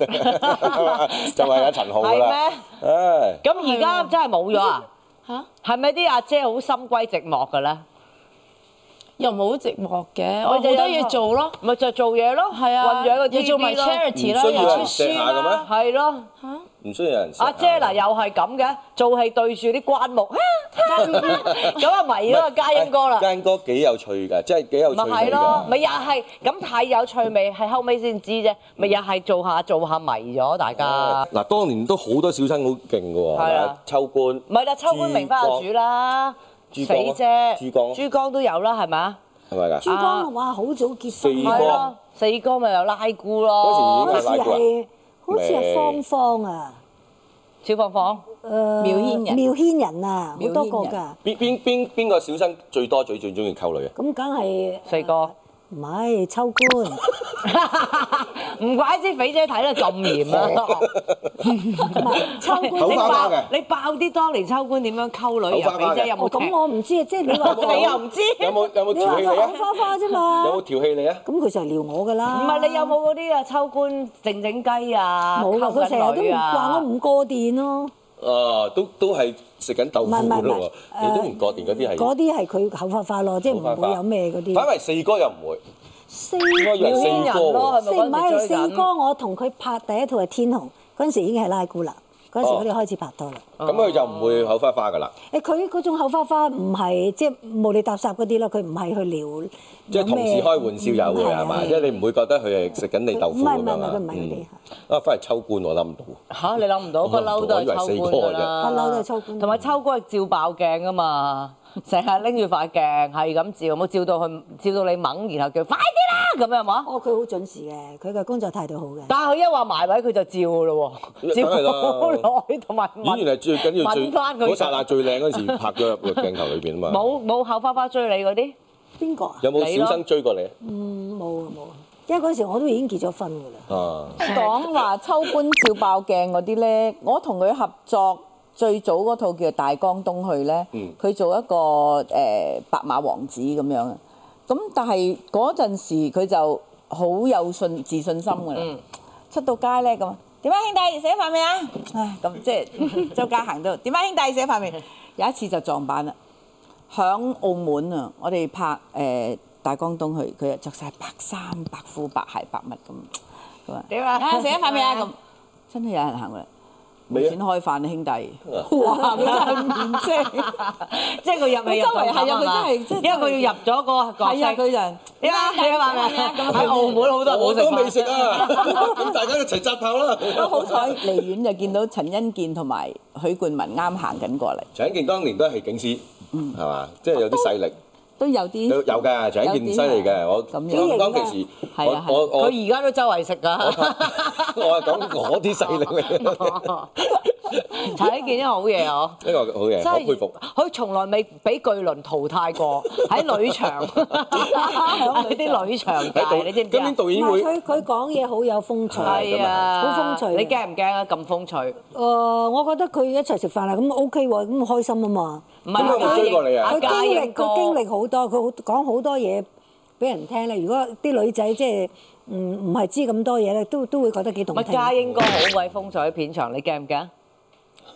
[SPEAKER 2] 就係阿陳浩噶啦。唉，
[SPEAKER 1] 咁而家真係冇咗啊！
[SPEAKER 7] 嚇，
[SPEAKER 1] 係咪啲阿姐好心歸寂寞嘅咧？
[SPEAKER 7] 又唔係好寂寞嘅，我
[SPEAKER 1] 我
[SPEAKER 7] 好
[SPEAKER 1] 就
[SPEAKER 7] 多
[SPEAKER 1] 有
[SPEAKER 7] 嘢做咯。
[SPEAKER 1] 咪就做嘢咯，
[SPEAKER 7] 係啊，
[SPEAKER 1] 混咗一個
[SPEAKER 7] 又做埋
[SPEAKER 1] TV 咯
[SPEAKER 7] charity
[SPEAKER 2] 唔
[SPEAKER 7] 咯，
[SPEAKER 2] 需要
[SPEAKER 7] 又
[SPEAKER 2] 啊
[SPEAKER 7] 出
[SPEAKER 2] 錫
[SPEAKER 7] 書
[SPEAKER 2] 下嘅咩
[SPEAKER 7] 啦。
[SPEAKER 1] 係咯，
[SPEAKER 2] 唔需要有人啊錫
[SPEAKER 1] 阿姐嗱又係咁嘅，做戲對住啲關木， 咁啊迷咗阿嘉欣哥啦。
[SPEAKER 2] 間哎哥幾有趣㗎，真係幾有趣
[SPEAKER 1] 咪係
[SPEAKER 2] 味
[SPEAKER 1] 咯，咪
[SPEAKER 2] 㗎。
[SPEAKER 1] 又係咁太有趣味，係後尾先知啫。咪又係做下做下迷咗大家。
[SPEAKER 2] 嗱，當年都好多小生好勁㗎喎，
[SPEAKER 1] 係啊
[SPEAKER 2] 咪秋官，
[SPEAKER 1] 唔係啦，秋官明花有主啦，
[SPEAKER 2] 珠
[SPEAKER 1] 死
[SPEAKER 2] 江啊
[SPEAKER 1] 啫，
[SPEAKER 2] 珠江
[SPEAKER 1] 珠江都有啦，係咪啊？
[SPEAKER 2] 係咪
[SPEAKER 4] 珠
[SPEAKER 2] 㗎？
[SPEAKER 1] 啊
[SPEAKER 4] 江哇，好早結
[SPEAKER 2] 四
[SPEAKER 4] 婚
[SPEAKER 2] 哥
[SPEAKER 4] 啊，
[SPEAKER 1] 係咯，四哥咪有拉姑咯，
[SPEAKER 2] 嗰
[SPEAKER 4] 嗰
[SPEAKER 2] 時已經係
[SPEAKER 4] 時
[SPEAKER 2] 拉過啦。
[SPEAKER 4] 係好似係芳芳啊，
[SPEAKER 1] 小芳芳，
[SPEAKER 4] 誒
[SPEAKER 7] 苗軒仁
[SPEAKER 4] 苗軒人啊，好
[SPEAKER 7] 苗軒
[SPEAKER 4] 多個
[SPEAKER 7] 仁
[SPEAKER 4] 㗎，
[SPEAKER 2] 邊邊邊邊個小生最多最最中意溝女嘅？啊
[SPEAKER 4] 咁梗係
[SPEAKER 1] 四哥，
[SPEAKER 4] 唔係 秋官，唔
[SPEAKER 1] 唔怪之肥姐睇得咁嚴 啦。
[SPEAKER 4] 係秋官
[SPEAKER 2] 口
[SPEAKER 1] 你
[SPEAKER 2] 花花
[SPEAKER 1] 爆
[SPEAKER 2] 嘅
[SPEAKER 1] 你爆啲當年秋官點樣溝女
[SPEAKER 2] 口
[SPEAKER 1] 啊？
[SPEAKER 2] 花花
[SPEAKER 1] 肥
[SPEAKER 2] 嘅
[SPEAKER 1] 姐有
[SPEAKER 4] 哦
[SPEAKER 1] 冇
[SPEAKER 4] 咁
[SPEAKER 1] 劇？
[SPEAKER 4] 我唔知啊，即係你話
[SPEAKER 1] 你又唔知？
[SPEAKER 2] 有冇有冇
[SPEAKER 4] 你話
[SPEAKER 2] 調戲你
[SPEAKER 4] 佢
[SPEAKER 2] 啊
[SPEAKER 4] 眼？花花啫嘛，
[SPEAKER 2] 有冇調戲你啊？
[SPEAKER 4] 咁佢就係撩我㗎啦，
[SPEAKER 1] 唔係你有冇嗰啲啊？秋官靜靜雞啊，
[SPEAKER 4] 冇㗎，佢
[SPEAKER 1] 溝
[SPEAKER 4] 成日
[SPEAKER 1] 緊
[SPEAKER 4] 都
[SPEAKER 1] 女
[SPEAKER 4] 唔話
[SPEAKER 1] 啊
[SPEAKER 4] 我。唔過電咯，
[SPEAKER 2] 啊，都都係食緊豆腐
[SPEAKER 4] 唔係唔係
[SPEAKER 2] 嘅
[SPEAKER 4] 唔係
[SPEAKER 2] 咯喎，你都唔過電嗰啲係
[SPEAKER 4] 嗰啲係佢口花花咯，即係
[SPEAKER 2] 冇
[SPEAKER 4] 唔
[SPEAKER 2] 辦
[SPEAKER 4] 會
[SPEAKER 2] 法
[SPEAKER 4] 有咩嗰
[SPEAKER 2] 反
[SPEAKER 4] 啲。
[SPEAKER 2] 為四哥又唔會，
[SPEAKER 4] 四
[SPEAKER 2] 我以為四
[SPEAKER 1] 表演
[SPEAKER 2] 哥
[SPEAKER 1] 人咯
[SPEAKER 2] 喎，
[SPEAKER 4] 哦四唔係
[SPEAKER 1] 追緊
[SPEAKER 4] 四哥，我同佢拍第一套係《天虹》，嗰陣時已經係拉姑啦，嗰陣時
[SPEAKER 2] 哦
[SPEAKER 4] 我哋開始拍拖啦。
[SPEAKER 2] 咁佢就唔會口花花噶啦，
[SPEAKER 4] 誒佢嗰種口花花唔係即係無理搭霎嗰啲咯，佢唔係去撩，嗯
[SPEAKER 2] 即係同事開玩笑又會係
[SPEAKER 4] 啊
[SPEAKER 2] 嘛，即係你唔會覺得佢係食緊你豆腐
[SPEAKER 4] 唔
[SPEAKER 2] 咁
[SPEAKER 4] 係唔
[SPEAKER 2] 樣
[SPEAKER 4] 係唔係
[SPEAKER 2] 啊
[SPEAKER 4] 佢唔係嗰啲
[SPEAKER 2] 嗯啊，翻嚟秋官我諗唔到，
[SPEAKER 1] 嚇你諗唔到，不嬲都係秋官㗎啦，
[SPEAKER 4] 不嬲都係秋官
[SPEAKER 1] 同埋秋官係照爆鏡㗎啊嘛，成日拎住塊鏡係咁照，有冇照到佢照到你懵，然後叫快啲啦咁樣啊嘛。
[SPEAKER 4] 哦，佢好準時嘅，佢嘅工作態度好嘅。
[SPEAKER 1] 但係佢一話埋位佢就照咯喎，
[SPEAKER 2] 梗係
[SPEAKER 1] 照
[SPEAKER 2] 啦
[SPEAKER 1] 好耐同埋問
[SPEAKER 2] 演員係最緊要最
[SPEAKER 1] 問翻佢
[SPEAKER 2] 嗰剎那最靚嗰陣時拍咗入個鏡頭裏邊啊嘛，
[SPEAKER 1] 冇冇口花花追你嗰啲，
[SPEAKER 4] 邊個啊？
[SPEAKER 2] 有冇
[SPEAKER 1] 你咯
[SPEAKER 2] 小生追過你
[SPEAKER 4] 嗯，冇啊冇啊，因為嗰時我都已經結咗婚㗎啦。
[SPEAKER 2] 啊？
[SPEAKER 5] 講話秋官照爆鏡嗰啲咧，我同佢合作最早嗰套叫《大江東去》咧，佢、做一個誒、呃白馬王子咁樣啊。咁但係嗰陣時佢就好有信自信心㗎啦。出到街咧咁，點啊兄弟食咗飯未啊？唉，咁即係周街行到，點啊兄弟食 咗飯未？有一次就撞板啦，響澳門啊，我哋拍誒、呃大江東去，佢又着晒白衫、白褲、白鞋、白襪咁。佢話
[SPEAKER 6] 點啊
[SPEAKER 5] 食咗飯未 啊？咁真係有人行過嚟，
[SPEAKER 2] 未
[SPEAKER 5] 冇
[SPEAKER 2] 啊
[SPEAKER 5] 錢開飯啊，兄弟。
[SPEAKER 1] 哇！佢真係面 青，即係佢入咪入
[SPEAKER 5] 佢周圍
[SPEAKER 1] 到
[SPEAKER 5] 係啊
[SPEAKER 1] 咁嘛
[SPEAKER 5] 佢真係
[SPEAKER 1] 因為佢要入咗個角
[SPEAKER 5] 係啊，
[SPEAKER 1] 色。
[SPEAKER 5] 佢就。
[SPEAKER 1] 點啊？你話咩？喺澳門好多人冇
[SPEAKER 2] 我
[SPEAKER 1] 食
[SPEAKER 2] 都未
[SPEAKER 1] 飯。
[SPEAKER 2] 食 啊，咁大家一齊扎炮啦！
[SPEAKER 5] 不過好彩離遠就見到陳欣健同埋許冠文啱行緊過嚟，
[SPEAKER 2] 陳健當年都係警司，係嘛？即係有啲勢力，
[SPEAKER 5] 都有啲
[SPEAKER 2] 有有㗎，陳健犀利嘅。我
[SPEAKER 5] 咁樣
[SPEAKER 2] 我當其時，
[SPEAKER 5] 係
[SPEAKER 2] 我
[SPEAKER 5] 啊
[SPEAKER 2] 我我
[SPEAKER 1] 佢而家都周圍食㗎。
[SPEAKER 2] 我係講我啲勢力嚟嘅，
[SPEAKER 1] 睇見啲好嘢哦！
[SPEAKER 2] 呢個好嘢，我佩服。
[SPEAKER 1] 佢從來未俾巨輪淘汰過喺女場，喺啲女場
[SPEAKER 2] 喺
[SPEAKER 1] 界，
[SPEAKER 2] 導
[SPEAKER 1] 你知唔知
[SPEAKER 2] 今
[SPEAKER 1] 啊
[SPEAKER 2] 年？導
[SPEAKER 4] 唔
[SPEAKER 2] 演
[SPEAKER 4] 係
[SPEAKER 2] 會
[SPEAKER 4] 佢佢講嘢好有風趣。
[SPEAKER 2] 係
[SPEAKER 1] 係啊，
[SPEAKER 4] 好風趣
[SPEAKER 1] 你驚唔驚啊？咁風趣，
[SPEAKER 4] 誒、哦我覺得佢一齊食飯啦，咁 OK 喎，咁開心啊嘛。
[SPEAKER 1] 唔
[SPEAKER 2] 咁佢有冇追過你啊
[SPEAKER 4] 佢經歷
[SPEAKER 1] 應
[SPEAKER 4] 佢經歷好多，佢好講好多嘢俾人聽咧。如果啲女仔即係唔唔係知咁多嘢咧，都都會覺得幾動
[SPEAKER 1] 咪
[SPEAKER 4] 聽。
[SPEAKER 1] 家英哥好鬼風趣喺片場，你驚唔驚？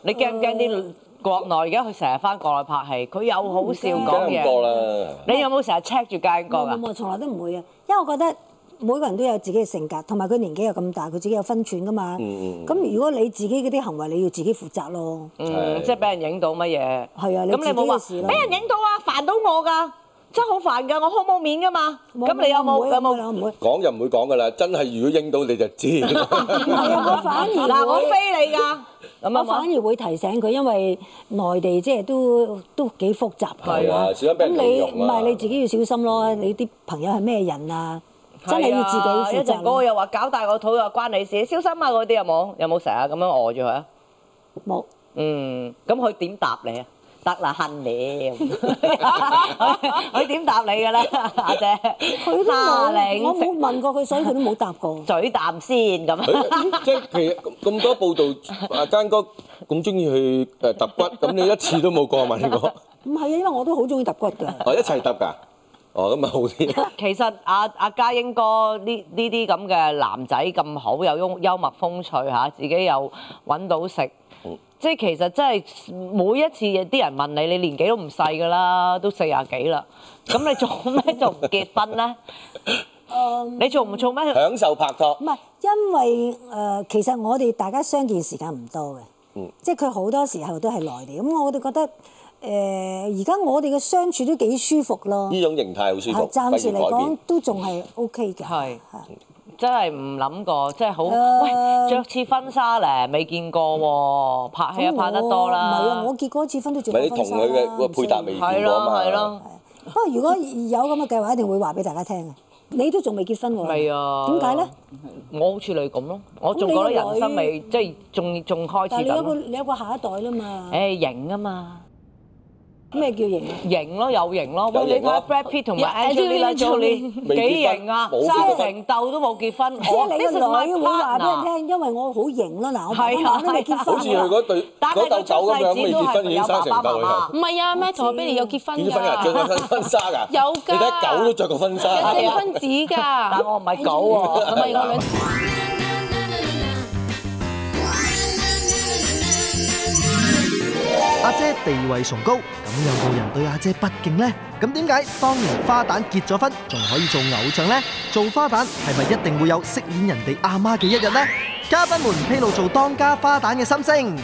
[SPEAKER 1] 你驚唔驚啲國內而家佢成日翻國內拍戲，佢又好笑講
[SPEAKER 2] 咁多
[SPEAKER 1] 嘢，
[SPEAKER 2] 啦。
[SPEAKER 1] 你有冇成日 check 住家英哥
[SPEAKER 4] 冇
[SPEAKER 1] 啊
[SPEAKER 4] 冇？冇，從來都唔會嘅，因為我覺得每個人都有自己嘅性格，同埋佢年紀又咁大，佢自己有分寸噶嘛。咁、
[SPEAKER 2] 嗯嗯
[SPEAKER 4] 如果你自己嗰啲行為，你要自己負責咯。
[SPEAKER 1] 嗯，
[SPEAKER 2] 係
[SPEAKER 1] 即係俾人影到乜嘢？
[SPEAKER 4] 係啊你
[SPEAKER 1] 咁你
[SPEAKER 4] 自己
[SPEAKER 1] 冇話
[SPEAKER 4] 嘅事啦
[SPEAKER 1] 俾人影到啊，煩到我㗎，真係好煩㗎，我好冇面㗎嘛。咁你有冇
[SPEAKER 4] 唔會
[SPEAKER 1] 有冇
[SPEAKER 4] 唔會？唔會
[SPEAKER 2] 講就唔會講噶啦，真係如果應到你就知。
[SPEAKER 4] 唔係啊，我反 而
[SPEAKER 1] 嗱，我
[SPEAKER 4] 會
[SPEAKER 1] 飛你㗎，咁
[SPEAKER 4] 我
[SPEAKER 1] 啊
[SPEAKER 4] 反
[SPEAKER 1] 嘛。
[SPEAKER 4] 而會提醒佢，因為內地即係都都幾複雜㗎
[SPEAKER 2] 係啊
[SPEAKER 4] 嘛。
[SPEAKER 2] 小心俾人
[SPEAKER 4] 咁你
[SPEAKER 2] 利
[SPEAKER 4] 唔
[SPEAKER 2] 用啊
[SPEAKER 4] 係你自己要小心咯，你啲朋友係咩人啊？真係要
[SPEAKER 1] à,
[SPEAKER 4] 自己負
[SPEAKER 1] 係啊一陣
[SPEAKER 4] 責
[SPEAKER 1] 嗰個
[SPEAKER 4] 咯。
[SPEAKER 1] 又話搞大個肚又關你事，小心啊嗰啲有冇？有冇成日咁樣餓住佢啊？
[SPEAKER 4] 冇
[SPEAKER 1] 嗯，咁佢點答你啊？得啦，恨 你，佢點答你㗎啦，阿姐？
[SPEAKER 4] 佢都
[SPEAKER 1] 嗱
[SPEAKER 4] 冇，
[SPEAKER 1] 你
[SPEAKER 4] 我冇問過佢，所以佢都冇答 過。
[SPEAKER 1] 嘴啖先
[SPEAKER 2] Ừ.
[SPEAKER 1] 咁。
[SPEAKER 2] 即係其實咁咁多報道，阿間哥咁中意去誒揼骨，咁你一次都冇過問過，
[SPEAKER 4] 唔係啊，因為我都好中意揼骨㗎。
[SPEAKER 2] 哦一齊揼㗎，哦咁咪好啲。
[SPEAKER 1] 其實阿阿家英哥呢呢啲咁嘅男仔咁好，有幽幽默風趣嚇，自己又揾到食。即係其實真係每一次啲人問你，你年紀都唔細㗎啦，都四廿幾啦，咁你做 咩仲唔結婚咧？你做唔做咩？
[SPEAKER 2] 享受拍拖
[SPEAKER 4] 唔，係，因為誒、呃其實我哋大家相見時間唔多嘅，
[SPEAKER 2] 嗯
[SPEAKER 4] 即係佢好多時候都係內地。咁我哋覺得誒，呃而、家我哋嘅相處都幾舒服咯。
[SPEAKER 2] 呢種形態好舒服
[SPEAKER 4] 係，暫時嚟
[SPEAKER 2] 不如改變
[SPEAKER 4] 講都仲係 OK 嘅。
[SPEAKER 1] 係
[SPEAKER 4] 嚇
[SPEAKER 1] 真係唔諗過，真係好、
[SPEAKER 4] 誒
[SPEAKER 1] 喂，着次婚紗咧，未見過喎，拍戲啊拍得多啦，
[SPEAKER 4] 哦唔係啊，我結嗰次婚都
[SPEAKER 2] 唔
[SPEAKER 4] 做
[SPEAKER 2] 係
[SPEAKER 4] 咗
[SPEAKER 2] 你
[SPEAKER 4] 婚
[SPEAKER 2] 同
[SPEAKER 4] 紗啦
[SPEAKER 2] 佢嘅個
[SPEAKER 4] 啊唔
[SPEAKER 2] 配搭未
[SPEAKER 4] 需
[SPEAKER 2] 見
[SPEAKER 1] 係
[SPEAKER 2] 過
[SPEAKER 1] 咯
[SPEAKER 2] 嘛？
[SPEAKER 1] 係咯，
[SPEAKER 4] 要不過如果有咁嘅計劃，一定會話俾大家聽嘅。啊你都仲未結婚喎？
[SPEAKER 1] 未啊
[SPEAKER 4] 點解咧？
[SPEAKER 1] 我好似你咁咯，我仲
[SPEAKER 4] 咁
[SPEAKER 1] 覺
[SPEAKER 4] 你個
[SPEAKER 1] 得人生
[SPEAKER 4] 女
[SPEAKER 1] 未即係仲仲開
[SPEAKER 4] 但
[SPEAKER 1] 始
[SPEAKER 4] 係你有
[SPEAKER 1] 緊
[SPEAKER 4] 個
[SPEAKER 1] 咯，
[SPEAKER 4] 你有個下一代啦嘛？
[SPEAKER 1] 誒型啊嘛。
[SPEAKER 4] 咩叫型啊？
[SPEAKER 1] 型咯，有型咯，喂！
[SPEAKER 2] 有型
[SPEAKER 1] 你睇下
[SPEAKER 2] 咯
[SPEAKER 1] Brad Pitt 同埋
[SPEAKER 7] Yeah，
[SPEAKER 1] Angelina Jolie
[SPEAKER 2] 未結婚
[SPEAKER 1] 幾型啊，
[SPEAKER 2] 冇
[SPEAKER 1] 生
[SPEAKER 2] 結婚
[SPEAKER 1] 成竇都冇結婚，
[SPEAKER 4] 即
[SPEAKER 1] 我
[SPEAKER 4] 係
[SPEAKER 1] 哦 This
[SPEAKER 4] 你
[SPEAKER 1] is
[SPEAKER 4] 個
[SPEAKER 1] my
[SPEAKER 4] 女會話俾人
[SPEAKER 1] partner。
[SPEAKER 4] 聽，因為我好型咯。嗱，我爸
[SPEAKER 1] 係啊
[SPEAKER 4] 爸都未結
[SPEAKER 2] 好
[SPEAKER 4] 婚
[SPEAKER 2] 似佢
[SPEAKER 4] 㗎。
[SPEAKER 2] 嗰對
[SPEAKER 1] 但係
[SPEAKER 2] 嗰竇
[SPEAKER 1] 佢
[SPEAKER 2] 竇
[SPEAKER 1] 出
[SPEAKER 2] 咁
[SPEAKER 1] 世
[SPEAKER 2] 樣，
[SPEAKER 1] 至
[SPEAKER 2] 未
[SPEAKER 1] 都
[SPEAKER 2] 結
[SPEAKER 1] 係
[SPEAKER 2] 婚
[SPEAKER 1] 咪
[SPEAKER 2] 已經
[SPEAKER 1] 有爸
[SPEAKER 2] 生成
[SPEAKER 1] 爸
[SPEAKER 2] 竇啦
[SPEAKER 1] 媽。
[SPEAKER 7] 唔係啊，Matt 同我 Billy 有結婚
[SPEAKER 2] 結咗婚啊？着
[SPEAKER 7] 㗎，
[SPEAKER 2] 過婚婚紗㗎？
[SPEAKER 7] 有㗎
[SPEAKER 2] 你睇狗都着過婚
[SPEAKER 7] 有
[SPEAKER 2] 紗。
[SPEAKER 7] 證婚紙
[SPEAKER 1] 但
[SPEAKER 7] 㗎，
[SPEAKER 1] 我唔係狗喎。
[SPEAKER 7] 唔係我兩。
[SPEAKER 3] 阿姐地位崇高，咁有冇人對阿姐不敬呢？咁點解當年花旦結咗婚，仲可以做偶像呢？做花旦係咪一定會有飾演人哋阿媽嘅一日呢？嘉賓們披露做當家花旦嘅心聲。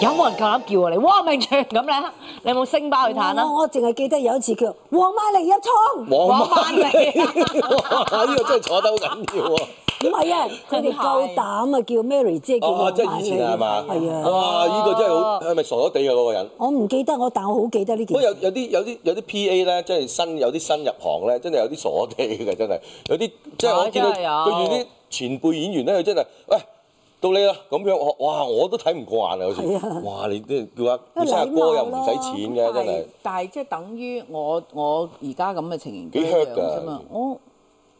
[SPEAKER 1] 有冇人夠膽叫啊你？汪明荃咁咧，你有冇星巴去彈啊？
[SPEAKER 4] 我我淨係記得有一次佢話黃曼梨入倉，
[SPEAKER 2] 黃
[SPEAKER 1] 萬里
[SPEAKER 2] 哇！呢個真係坐得好緊要喎。
[SPEAKER 4] 唔 係啊，佢哋夠膽啊，叫 Mary 姐叫
[SPEAKER 2] 哦，
[SPEAKER 4] 黃
[SPEAKER 2] 即係
[SPEAKER 4] 曼
[SPEAKER 2] 以
[SPEAKER 4] 梨。
[SPEAKER 2] 前係嘛？
[SPEAKER 4] 係啊，
[SPEAKER 2] 哇！呢個真係好係咪傻咗地啊嗰個人？
[SPEAKER 4] 我唔記得我，但我好記得呢
[SPEAKER 2] 不
[SPEAKER 4] 件
[SPEAKER 2] 過有
[SPEAKER 4] 事。
[SPEAKER 2] 有啲有啲有啲 P.A. 咧，即係新有啲新入行咧，真係有啲傻地嘅，真係有啲即係我見到
[SPEAKER 1] 真係啊有
[SPEAKER 2] 對住啲前輩演員咧，佢真係喂到你啦咁樣，我哇我都睇唔過眼啊，有時
[SPEAKER 4] 係啊
[SPEAKER 2] 哇你即係叫阿
[SPEAKER 4] 因為
[SPEAKER 2] 本身阿哥又唔使
[SPEAKER 5] 咁
[SPEAKER 2] 錢
[SPEAKER 5] 但
[SPEAKER 2] 嘅，真係
[SPEAKER 5] 但係即係等於我我而家咁嘅情形都
[SPEAKER 2] 幾
[SPEAKER 5] 一
[SPEAKER 2] hurt
[SPEAKER 5] 樣啫
[SPEAKER 2] 㗎
[SPEAKER 5] 嘛。我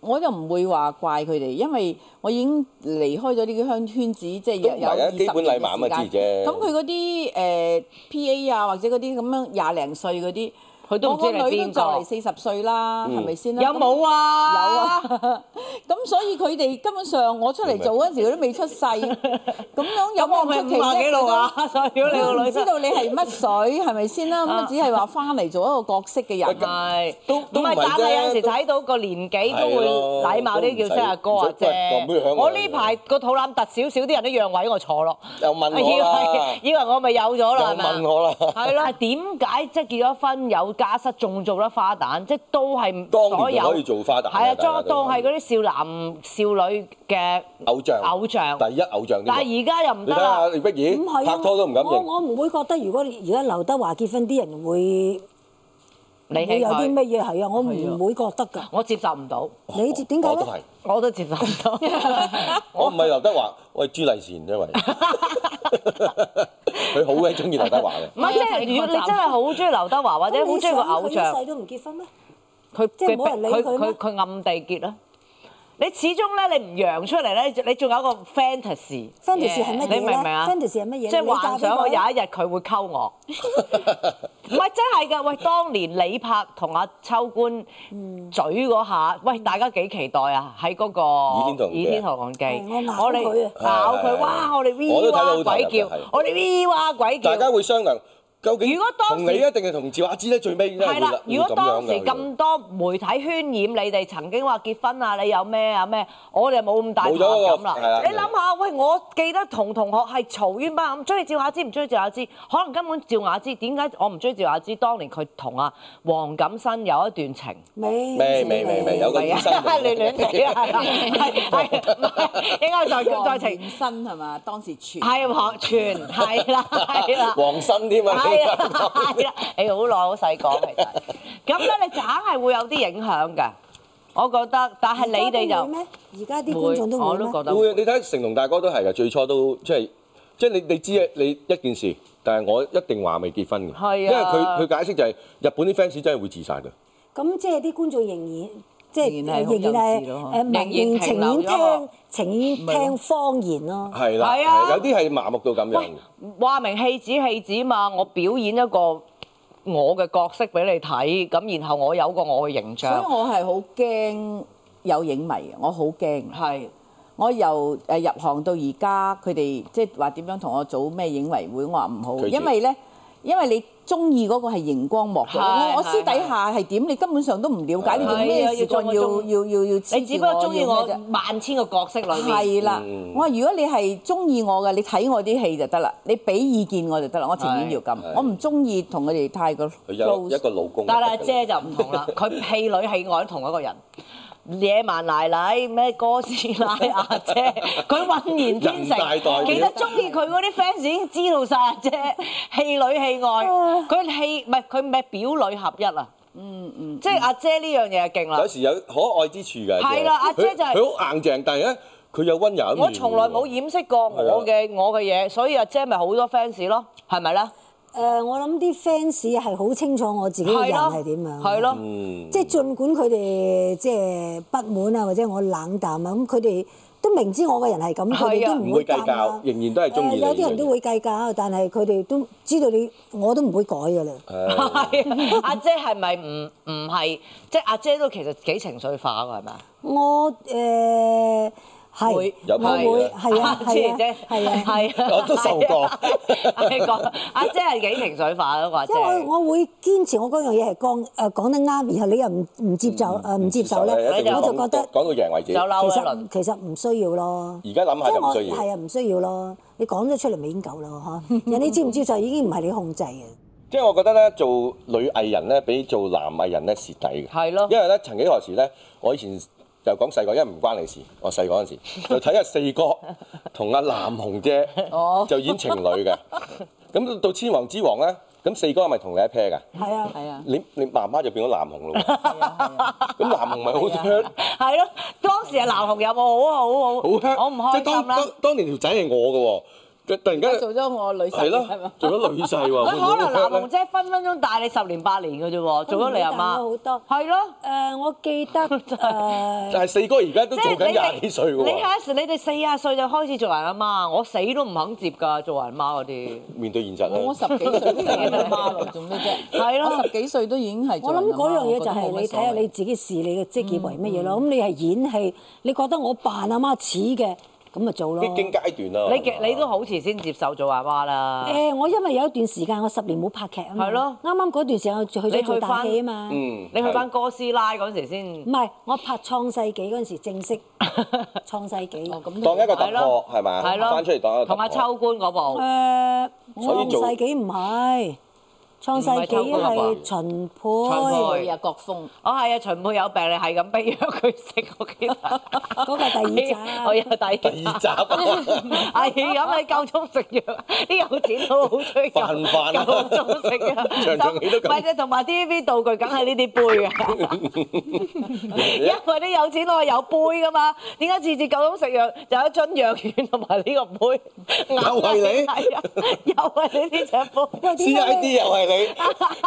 [SPEAKER 5] 我又唔會話怪佢哋，因為我已經離開咗呢個圈圈子，即係
[SPEAKER 2] 都
[SPEAKER 5] 有
[SPEAKER 2] 唔
[SPEAKER 5] 有
[SPEAKER 2] 係啊
[SPEAKER 5] 二十
[SPEAKER 2] 基本禮貌咁啊
[SPEAKER 5] 年嘅時間
[SPEAKER 2] 知啫
[SPEAKER 5] 呃咁佢嗰啲誒 P.A. 啊，或者嗰啲咁樣廿零歲嗰啲，
[SPEAKER 1] 佢都唔
[SPEAKER 5] 我
[SPEAKER 1] 知
[SPEAKER 5] 個
[SPEAKER 1] 你
[SPEAKER 5] 女
[SPEAKER 1] 邊
[SPEAKER 5] 都就嚟
[SPEAKER 1] 個。
[SPEAKER 5] 四十歲啦，
[SPEAKER 2] 嗯
[SPEAKER 5] 係咪先啦？
[SPEAKER 1] 有冇啊？
[SPEAKER 5] 有啊， 咁所以佢哋根本上我出嚟做嗰陣時，佢都 未出世，咁樣有
[SPEAKER 1] 咁我
[SPEAKER 5] 冇
[SPEAKER 1] 咪
[SPEAKER 5] 咁出
[SPEAKER 1] 五
[SPEAKER 5] 奇啫
[SPEAKER 1] 廿幾路啊！ 所以屌你
[SPEAKER 5] 佢
[SPEAKER 1] 個
[SPEAKER 5] 都
[SPEAKER 1] 女
[SPEAKER 5] 唔知道你係乜水係咪先啦？咁
[SPEAKER 1] 啊
[SPEAKER 5] 啊，只係話翻嚟做一個角色嘅人啊
[SPEAKER 2] 喂
[SPEAKER 1] 係
[SPEAKER 2] 咁都
[SPEAKER 1] 唔
[SPEAKER 2] 都唔
[SPEAKER 1] 係
[SPEAKER 2] 係，啫
[SPEAKER 1] 但係有陣時
[SPEAKER 2] 都
[SPEAKER 1] 睇到個年紀都
[SPEAKER 2] 係
[SPEAKER 1] 會
[SPEAKER 2] 咯
[SPEAKER 1] 禮貌啲叫聲阿哥
[SPEAKER 2] 都
[SPEAKER 1] 啊
[SPEAKER 2] 唔
[SPEAKER 1] 啫
[SPEAKER 2] 使唔使咁樣響。我
[SPEAKER 1] 我呢排個肚腩突少少，啲人都讓位我坐咯。
[SPEAKER 2] 又問我啦
[SPEAKER 1] 以為以為我咪有咗啊啦，係咪啊
[SPEAKER 2] 又問我啦
[SPEAKER 1] 係咯，點解即係結咗婚有家室，仲做得花旦？即係都係
[SPEAKER 2] 當年
[SPEAKER 1] 所有
[SPEAKER 2] 就可以做花旦
[SPEAKER 1] 係啊，
[SPEAKER 2] 啦大家
[SPEAKER 1] 當
[SPEAKER 2] 都
[SPEAKER 1] 當係嗰啲少男少女嘅
[SPEAKER 2] 偶像
[SPEAKER 1] 偶像。
[SPEAKER 2] 第一偶像呢個
[SPEAKER 1] 但係而家又唔
[SPEAKER 2] 你
[SPEAKER 1] 得
[SPEAKER 2] 睇
[SPEAKER 1] 啦
[SPEAKER 2] 下。李碧
[SPEAKER 4] 唔係
[SPEAKER 2] 兒
[SPEAKER 4] 啊
[SPEAKER 2] 拍拖都唔敢
[SPEAKER 4] 我
[SPEAKER 2] 認，
[SPEAKER 4] 我唔會覺得，如果而家劉德華結婚，啲人會
[SPEAKER 1] 你
[SPEAKER 4] 會
[SPEAKER 1] 氣
[SPEAKER 4] 有啲
[SPEAKER 1] 佢，
[SPEAKER 4] 乜嘢係啊？我唔會覺得㗎。
[SPEAKER 1] 我接受唔到，
[SPEAKER 4] 你知點解
[SPEAKER 2] 我都
[SPEAKER 4] 咧？
[SPEAKER 2] 係，
[SPEAKER 1] 哦我都接受唔 到。
[SPEAKER 2] 我唔係劉德華，我係朱麗倩啫，因為佢好鬼中意劉德華嘅。
[SPEAKER 1] 唔係即係如果你真係好中意劉德華或者好中
[SPEAKER 4] 咁你
[SPEAKER 1] 意
[SPEAKER 4] 想
[SPEAKER 1] 個偶
[SPEAKER 4] 佢一
[SPEAKER 1] 像
[SPEAKER 4] 世，都唔結婚咩？
[SPEAKER 1] 佢
[SPEAKER 4] 即係冇人理
[SPEAKER 1] 佢
[SPEAKER 4] 佢咩
[SPEAKER 1] 佢佢暗地結啦。你始終咧，你唔揚出嚟咧，你仲有一個 fantasy。
[SPEAKER 4] fantasy 係乜嘢咧
[SPEAKER 1] 你明唔明啊
[SPEAKER 4] ？fantasy 係乜嘢？
[SPEAKER 1] 即係幻想我有
[SPEAKER 4] 人
[SPEAKER 1] 一日佢會溝 我，唔係真係㗎。喂，當年李柏同阿秋官
[SPEAKER 4] 嗯
[SPEAKER 1] 嘴嗰下，喂，大家幾期待啊？喺嗰個
[SPEAKER 2] 倚天屠龍記啊
[SPEAKER 1] 倚天屠龍記
[SPEAKER 4] 係我咬》，
[SPEAKER 1] 我
[SPEAKER 4] 佢啊
[SPEAKER 1] 哋咬佢，
[SPEAKER 2] 係係係
[SPEAKER 1] 哇！我哋
[SPEAKER 2] 我
[SPEAKER 1] V
[SPEAKER 2] 都睇到
[SPEAKER 1] 哇
[SPEAKER 2] 好投入
[SPEAKER 1] 鬼叫
[SPEAKER 2] 係，
[SPEAKER 1] 我哋 V 哇鬼叫
[SPEAKER 2] 大。家會商量，究竟
[SPEAKER 1] 如果當時
[SPEAKER 2] 同你一定係同趙雅芝咧，最尾咧
[SPEAKER 1] 係啦，
[SPEAKER 2] 會
[SPEAKER 1] 如果當時
[SPEAKER 2] 會樣㗎
[SPEAKER 1] 咁多媒體渲染你哋曾經話結婚啊，你有咩啊咩，我哋冇咁大
[SPEAKER 2] 冇咗嗰個
[SPEAKER 1] 感啦
[SPEAKER 2] 係啊啦。
[SPEAKER 1] 你諗下，喂，我記得同同學係嘈冤巴咁，中意趙雅芝唔中意趙雅芝，可能根本趙雅芝點解我唔中意趙雅芝？當年佢同阿黃錦新有一段情。
[SPEAKER 4] 未
[SPEAKER 2] 未未未未有個醫
[SPEAKER 1] 係
[SPEAKER 2] 生
[SPEAKER 1] 啊，亂亂地 啊，係係唔係應該再再
[SPEAKER 5] 再
[SPEAKER 1] 情
[SPEAKER 5] 情身係嘛？當時 傳
[SPEAKER 1] 係學傳係啦係啦。
[SPEAKER 2] 黃身添啊！
[SPEAKER 1] 係啦，係啦，你好耐好細講其實，咁咧你硬係會有啲影響嘅，我覺得。但係你哋就
[SPEAKER 4] 咩？而家啲觀眾
[SPEAKER 1] 會，
[SPEAKER 4] 都
[SPEAKER 1] 我都
[SPEAKER 4] 會啊咩
[SPEAKER 1] 覺？得會
[SPEAKER 2] 會你睇成龍大哥都係嘅，最初都即係即係你你知你一件事，但係我一定話未結婚嘅，
[SPEAKER 1] 係啊
[SPEAKER 2] 因為佢佢解釋就係日本啲 fans 真係會自殺嘅，
[SPEAKER 4] 咁即係啲觀眾仍然即係
[SPEAKER 5] 仍然係好
[SPEAKER 4] 仍然
[SPEAKER 5] 幼稚
[SPEAKER 4] 係
[SPEAKER 5] 咯
[SPEAKER 4] 誒
[SPEAKER 1] 仍然
[SPEAKER 4] 仍然情
[SPEAKER 1] 停留
[SPEAKER 4] 願
[SPEAKER 1] 咗
[SPEAKER 4] 聽情願聽方言咯。
[SPEAKER 2] 係啦，
[SPEAKER 1] 係啊
[SPEAKER 2] 係有啲係麻木到咁樣嘅。
[SPEAKER 1] 話明戲子戲子嘛，我表演一個我嘅角色俾你睇，咁然後我有個我嘅形
[SPEAKER 5] 所以
[SPEAKER 1] 象，
[SPEAKER 5] 我係好驚有影迷嘅，我好驚。
[SPEAKER 1] 係
[SPEAKER 5] 我由誒入行到而家，佢哋即係話點樣同我組咩影迷會，我話唔好，
[SPEAKER 2] 拒絕
[SPEAKER 5] 因為咧，因為你中意嗰個係熒光幕
[SPEAKER 1] 係
[SPEAKER 5] 嘅，我我
[SPEAKER 1] 係
[SPEAKER 5] 私底下係點，你根本上都唔了
[SPEAKER 2] 係
[SPEAKER 5] 解，你做咩事幹
[SPEAKER 1] 係啊
[SPEAKER 5] 要
[SPEAKER 1] 要中
[SPEAKER 5] 要要要
[SPEAKER 1] 你只不過中意我萬千個角色裏面，
[SPEAKER 5] 係啦，我話如果你係中意我嘅，你睇我啲戲就得啦，你俾意見我就得啦，我情願要咁
[SPEAKER 2] 係，
[SPEAKER 5] 我唔中意同佢哋太過
[SPEAKER 2] 佢有一
[SPEAKER 5] close。
[SPEAKER 2] 個老公，
[SPEAKER 1] 但係阿姐就唔同啦，佢戲女戲外都同一個人。野蠻奶奶咩哥斯拉阿姐，佢渾然天成
[SPEAKER 2] 人大代表，
[SPEAKER 1] 其實中意佢嗰啲 fans 已經知道晒阿姐戲女戲外，佢戲唔係佢咩表裏合一啊！嗯嗯，即係阿姐呢樣嘢勁啦
[SPEAKER 2] 有。時有可愛之處㗎。
[SPEAKER 1] 係啦阿姐
[SPEAKER 2] 佢
[SPEAKER 1] 就係
[SPEAKER 2] 佢好硬淨，但係咧佢有温柔一面。
[SPEAKER 1] 我從來冇。掩飾過我嘅我嘅嘢，所以阿姐咪好多 fans 咯，係咪咧？
[SPEAKER 4] 誒，我諗啲 fans 係好清楚我自己嘅人
[SPEAKER 1] 咯，
[SPEAKER 4] 係點樣。
[SPEAKER 1] 係咯，
[SPEAKER 2] 嗯，
[SPEAKER 4] 即係儘管佢哋即係不滿啊，或者我冷淡啊，咁佢哋都明知我個人係咁，佢
[SPEAKER 1] 係
[SPEAKER 4] 哋
[SPEAKER 1] 啊
[SPEAKER 4] 都
[SPEAKER 2] 唔會
[SPEAKER 4] 唔會
[SPEAKER 2] 計
[SPEAKER 4] 夾
[SPEAKER 2] 較
[SPEAKER 4] 啦，
[SPEAKER 2] 仍然都係中意
[SPEAKER 4] 誒
[SPEAKER 2] 你。
[SPEAKER 4] 有啲人都會計較，但係佢哋都知道你，我都唔會改噶啦。
[SPEAKER 2] 誒。
[SPEAKER 1] 係阿姐係咪唔唔係？即係阿姐都其實幾情緒化㗎，係咪啊？
[SPEAKER 4] 我誒係，我
[SPEAKER 1] 會
[SPEAKER 2] 有排
[SPEAKER 4] 會
[SPEAKER 2] 嘅
[SPEAKER 4] 係啊
[SPEAKER 1] 姐
[SPEAKER 4] 係
[SPEAKER 1] 姐
[SPEAKER 4] 啊係啊。
[SPEAKER 1] 係
[SPEAKER 2] 我都受過
[SPEAKER 1] 係講阿姐係幾情緒化嗰
[SPEAKER 2] 啊
[SPEAKER 1] 個阿
[SPEAKER 4] 即係
[SPEAKER 1] 姐，
[SPEAKER 4] 我我會堅持我嗰樣嘢係講誒講得啱，然後你又唔唔接受
[SPEAKER 2] 嗯
[SPEAKER 4] 誒唔接受咧，
[SPEAKER 2] 一定要
[SPEAKER 4] 我就
[SPEAKER 2] 講
[SPEAKER 4] 覺得
[SPEAKER 2] 講到贏為止。
[SPEAKER 1] 就嬲
[SPEAKER 4] 其
[SPEAKER 1] 一
[SPEAKER 4] 實
[SPEAKER 1] 輪。
[SPEAKER 4] 其實唔需要咯。
[SPEAKER 2] 而家諗下
[SPEAKER 4] 即
[SPEAKER 2] 就
[SPEAKER 4] 係
[SPEAKER 2] 唔
[SPEAKER 4] 我
[SPEAKER 2] 需要。
[SPEAKER 4] 係啊，唔需要咯。你講咗出嚟咪已經夠咯，嚇！人哋接唔接受已經唔係你控制嘅。
[SPEAKER 2] 即係我覺得咧，做女藝人咧，比做男藝人咧蝕底嘅。
[SPEAKER 1] 係咯
[SPEAKER 2] 因為咧，曾幾何時咧，我以前就講細個，因為唔關你事。我細個嗰陣 時就睇阿四哥同阿藍紅姐就演情 侶嘅。咁到《千王之王》咧，咁四哥係咪同你一 pair 㗎？
[SPEAKER 4] 係啊，
[SPEAKER 5] 係啊，
[SPEAKER 2] 你你媽媽就變咗藍紅咯喎。咁藍紅咪好
[SPEAKER 5] 係
[SPEAKER 2] hurt，
[SPEAKER 1] 係咯，當時阿藍紅有冇好好好？
[SPEAKER 2] 好 hurt。
[SPEAKER 1] 我唔
[SPEAKER 2] 即
[SPEAKER 1] 開
[SPEAKER 2] 係當
[SPEAKER 1] 心啦
[SPEAKER 2] 當。當年條仔係我突然間
[SPEAKER 5] 做咗我女
[SPEAKER 2] 係
[SPEAKER 5] 神
[SPEAKER 2] 咯
[SPEAKER 5] 係嘛，？
[SPEAKER 2] 做咗女婿喎，
[SPEAKER 1] 佢
[SPEAKER 2] 會唔會
[SPEAKER 1] 可能嗱，
[SPEAKER 2] 好叻
[SPEAKER 1] 龍
[SPEAKER 2] 咧
[SPEAKER 1] 姐分分鐘大你十年八年嘅啫喎，做咗你阿
[SPEAKER 4] 佢
[SPEAKER 1] 媽
[SPEAKER 4] 唔會大我好多
[SPEAKER 1] 係咯。
[SPEAKER 4] 誒，我記得誒，
[SPEAKER 2] 但係四哥而家都
[SPEAKER 1] 即
[SPEAKER 2] 做緊
[SPEAKER 1] 係
[SPEAKER 2] 廿幾歲
[SPEAKER 1] 你
[SPEAKER 2] 喎，
[SPEAKER 1] 係你哋四廿歲就開始做人阿媽，我死都唔肯接㗎，做人媽嗰啲。
[SPEAKER 2] 面對現
[SPEAKER 4] 哦
[SPEAKER 2] 實
[SPEAKER 5] 我
[SPEAKER 2] 啦。
[SPEAKER 5] 十幾歲都係阿媽咯，做咩啫？
[SPEAKER 1] 係咯
[SPEAKER 5] 我十幾歲都已經係
[SPEAKER 4] 我
[SPEAKER 5] 做
[SPEAKER 4] 諗
[SPEAKER 5] 人阿媽。啊
[SPEAKER 4] 嗰樣嘢就係
[SPEAKER 5] 係
[SPEAKER 4] 你睇下你自己視你嘅職業為乜嘢咯。咁你係演戲，你覺得我扮阿媽似嘅，咁咪做咯。
[SPEAKER 2] 必經階段啦。
[SPEAKER 1] 你極你都好遲先接受做阿媽啦。
[SPEAKER 4] 誒，我因為有一段時間我十年冇拍劇啊嘛，
[SPEAKER 1] 係咯
[SPEAKER 4] 啱啱嗰段時間我去咗做大戲啊嘛，
[SPEAKER 2] 嗯，
[SPEAKER 1] 你去翻哥斯拉嗰陣時先，
[SPEAKER 4] 唔係我拍《創世紀》嗰陣時正式創世紀，
[SPEAKER 7] 哦
[SPEAKER 4] 誒、
[SPEAKER 2] 係當一個突
[SPEAKER 1] 係咯
[SPEAKER 2] 破係咪？
[SPEAKER 1] 係咯，
[SPEAKER 2] 翻出嚟當一個突
[SPEAKER 1] 同阿
[SPEAKER 2] 破。
[SPEAKER 1] 秋官 嗰部，
[SPEAKER 2] 所以
[SPEAKER 4] 呃創
[SPEAKER 2] 做
[SPEAKER 4] 世紀唔係創世紀係秦
[SPEAKER 1] 秦
[SPEAKER 4] 沛
[SPEAKER 1] 沛
[SPEAKER 5] 啊，國風。
[SPEAKER 1] 哦係啊，秦沛有病，你係咁俾藥佢食，我記得。嗰
[SPEAKER 4] 個第 二集
[SPEAKER 1] 我有第二
[SPEAKER 2] 第
[SPEAKER 1] 集。
[SPEAKER 2] 二 集啊
[SPEAKER 1] 係咁，你夠鐘食藥，啲有錢佬好追究。
[SPEAKER 2] 飯飯
[SPEAKER 1] 夠
[SPEAKER 2] 啊
[SPEAKER 1] 鐘食藥，
[SPEAKER 2] 長長氣都咁
[SPEAKER 1] 唔係啫，同埋 TVB 道具梗係呢啲 杯啊， 因為啲有錢佬係有杯噶嘛，點解次次夠鐘食藥就有一樽藥丸同埋呢個杯？又
[SPEAKER 2] 係 你
[SPEAKER 1] 係啊，又係你呢 隻杯。
[SPEAKER 2] ！CID 又係你，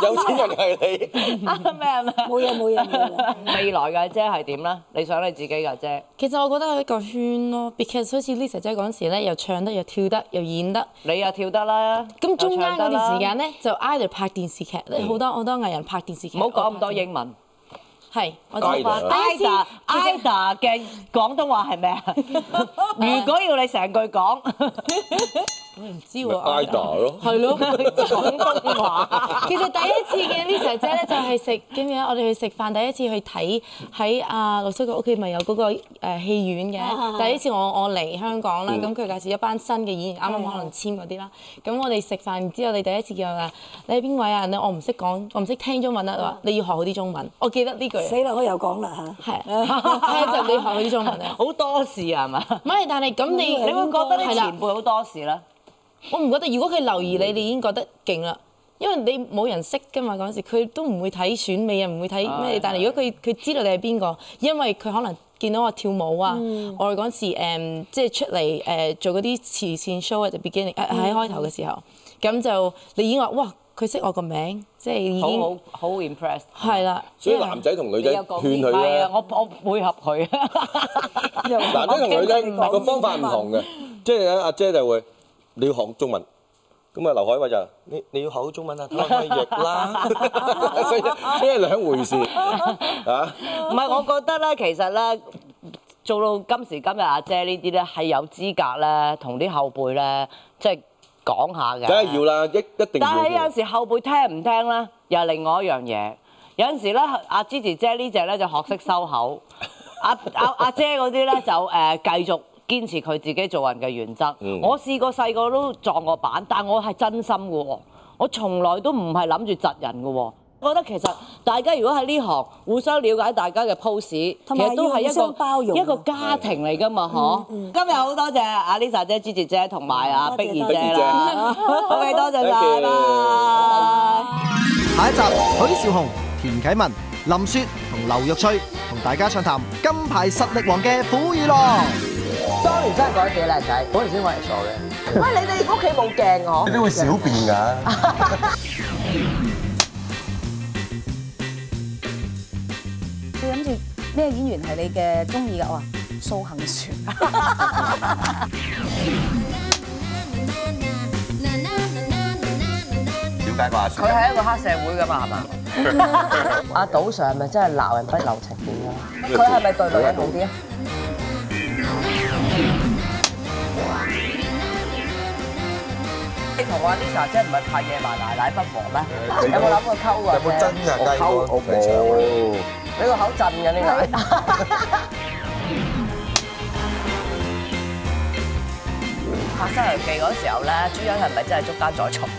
[SPEAKER 2] 有錢人係你，
[SPEAKER 1] 咩啊咩啊？
[SPEAKER 4] 冇嘢冇嘢冇嘢。
[SPEAKER 1] 未來嘅姐係點咧？你想你自己嘅姐，
[SPEAKER 7] 其實我覺得係一個圈咯，because 好似 Lisa 姐嗰陣時咧，又唱得又跳得又演得，
[SPEAKER 1] 你又跳得啦，
[SPEAKER 7] 咁中間
[SPEAKER 1] 又唱
[SPEAKER 7] 嗰
[SPEAKER 1] 得啦嗯
[SPEAKER 7] 段時間咧就 either 拍電視劇，好多好多藝人拍電視劇。
[SPEAKER 1] 唔好講咁多
[SPEAKER 7] 嘢。
[SPEAKER 1] 英文。
[SPEAKER 7] 係，我就
[SPEAKER 2] Either
[SPEAKER 7] 話
[SPEAKER 1] Ida Ida 嘅廣東話係 咩啊？如果要你成句講
[SPEAKER 7] 唔知喎。
[SPEAKER 2] Ida 咯
[SPEAKER 7] 係咯。
[SPEAKER 1] 廣東 話，
[SPEAKER 7] 其實第一次嘅 Lisa 姐咧就係食點樣？我哋去食飯，第一次去睇喺阿陸叔嘅屋企咪有嗰個誒戲院
[SPEAKER 1] 哦
[SPEAKER 7] 嘅。第一次我我嚟香港啦，
[SPEAKER 1] 嗯
[SPEAKER 7] 咁佢介紹一班新嘅演員，啱啱可能簽嗰啲啦。咁我哋食飯然之後，你第一次叫我話你係邊位啊？你我唔識講，我唔識聽中文啊。佢
[SPEAKER 1] 嗯
[SPEAKER 7] 話你要學好啲中文。我記得呢句
[SPEAKER 4] 死啦！我又講啦
[SPEAKER 7] 係係就你要學好啲中文 啊。
[SPEAKER 1] 好多事係嘛？
[SPEAKER 7] 唔係，但係咁你
[SPEAKER 1] 你會覺得啲
[SPEAKER 7] 係啦
[SPEAKER 1] 前輩好多事啦，
[SPEAKER 7] 我唔覺得，如果佢留意你，你已經覺得勁啦。因為你冇人識噶嘛嗰陣時，佢都唔會睇選美啊，唔會睇咩。但係如果佢佢知道你係邊個，因為佢可能見到我跳舞啊，我嗰陣時誒即係出嚟誒做嗰啲慈善 show 就 beginning 誒喺開頭嘅時候，咁就你已經話哇，佢識我個名，即係已
[SPEAKER 1] 好
[SPEAKER 7] 經
[SPEAKER 1] 好好 impress。
[SPEAKER 7] 係啦。
[SPEAKER 2] 所以
[SPEAKER 7] 因為
[SPEAKER 2] 男仔同女仔
[SPEAKER 5] 你有講
[SPEAKER 2] 勸佢
[SPEAKER 1] 係
[SPEAKER 2] 咧
[SPEAKER 1] 啊，。我我配合 佢。
[SPEAKER 2] 男仔同女仔個方法唔同嘅，
[SPEAKER 1] 啊
[SPEAKER 2] 即係阿姐就會你要學中文，咁啊劉海偉就你你要學好中文啊，睇下可唔可以 譯啦，所以所以兩回事啊，
[SPEAKER 1] 唔係，我覺得咧，其實咧，做到今時今日阿姐呢啲咧，係有資格咧，同啲後輩咧，即係講下嘅。
[SPEAKER 2] 梗係要啦，一一定
[SPEAKER 1] 但係有
[SPEAKER 2] 要
[SPEAKER 1] 陣。時後輩聽唔聽咧，又係另外一樣嘢。有陣時咧，阿 Gigi 姐呢只咧就學識收 口，阿阿阿姐嗰啲咧就誒、呃、繼續堅持佢自己做人嘅原則。
[SPEAKER 2] 嗯
[SPEAKER 1] 我試過細個都撞過板，但我係真心嘅喎，我從來都唔係諗住窒人嘅喎。我覺得其實大家如果喺呢行互相了解大家嘅 pose，其
[SPEAKER 4] 同埋
[SPEAKER 1] 實都係
[SPEAKER 4] 要
[SPEAKER 1] 一
[SPEAKER 4] 互
[SPEAKER 1] 個
[SPEAKER 4] 相包容啊嗯
[SPEAKER 1] 一個家庭嚟㗎嘛，嗬、今日好多謝阿 Lisa 姐、Gigi 姐同埋阿
[SPEAKER 4] 多謝
[SPEAKER 1] 碧兒
[SPEAKER 4] 多
[SPEAKER 1] 姐
[SPEAKER 4] 謝
[SPEAKER 1] 啦。OK，多謝 晒，拜
[SPEAKER 2] Thank you
[SPEAKER 1] 拜。
[SPEAKER 3] 下一集，許紹雄、田啟文、林雪同劉若翠同大家暢談金牌實力王嘅苦與樂。
[SPEAKER 8] 當年真係改幾靚仔，嗰陣時我係傻嘅。喂，你哋屋企冇鏡我？
[SPEAKER 2] 會小便㗎？
[SPEAKER 9] 你諗住咩演員係你嘅中意嘅？我話蘇杏璇。
[SPEAKER 8] 佢係一個黑社會㗎 嘛，係嘛？阿賭 Sir 係咪真係鬧人不留情面㗎？佢係咪對女人好啲啊？你同我 Lisa 姐唔係拍夜埋奶奶不和咩？有冇諗過溝啊？有冇真人計過？我冇。你個口震嘅呢個。拍《西遊記》嗰時候咧，朱茵係咪真係捉奸在床？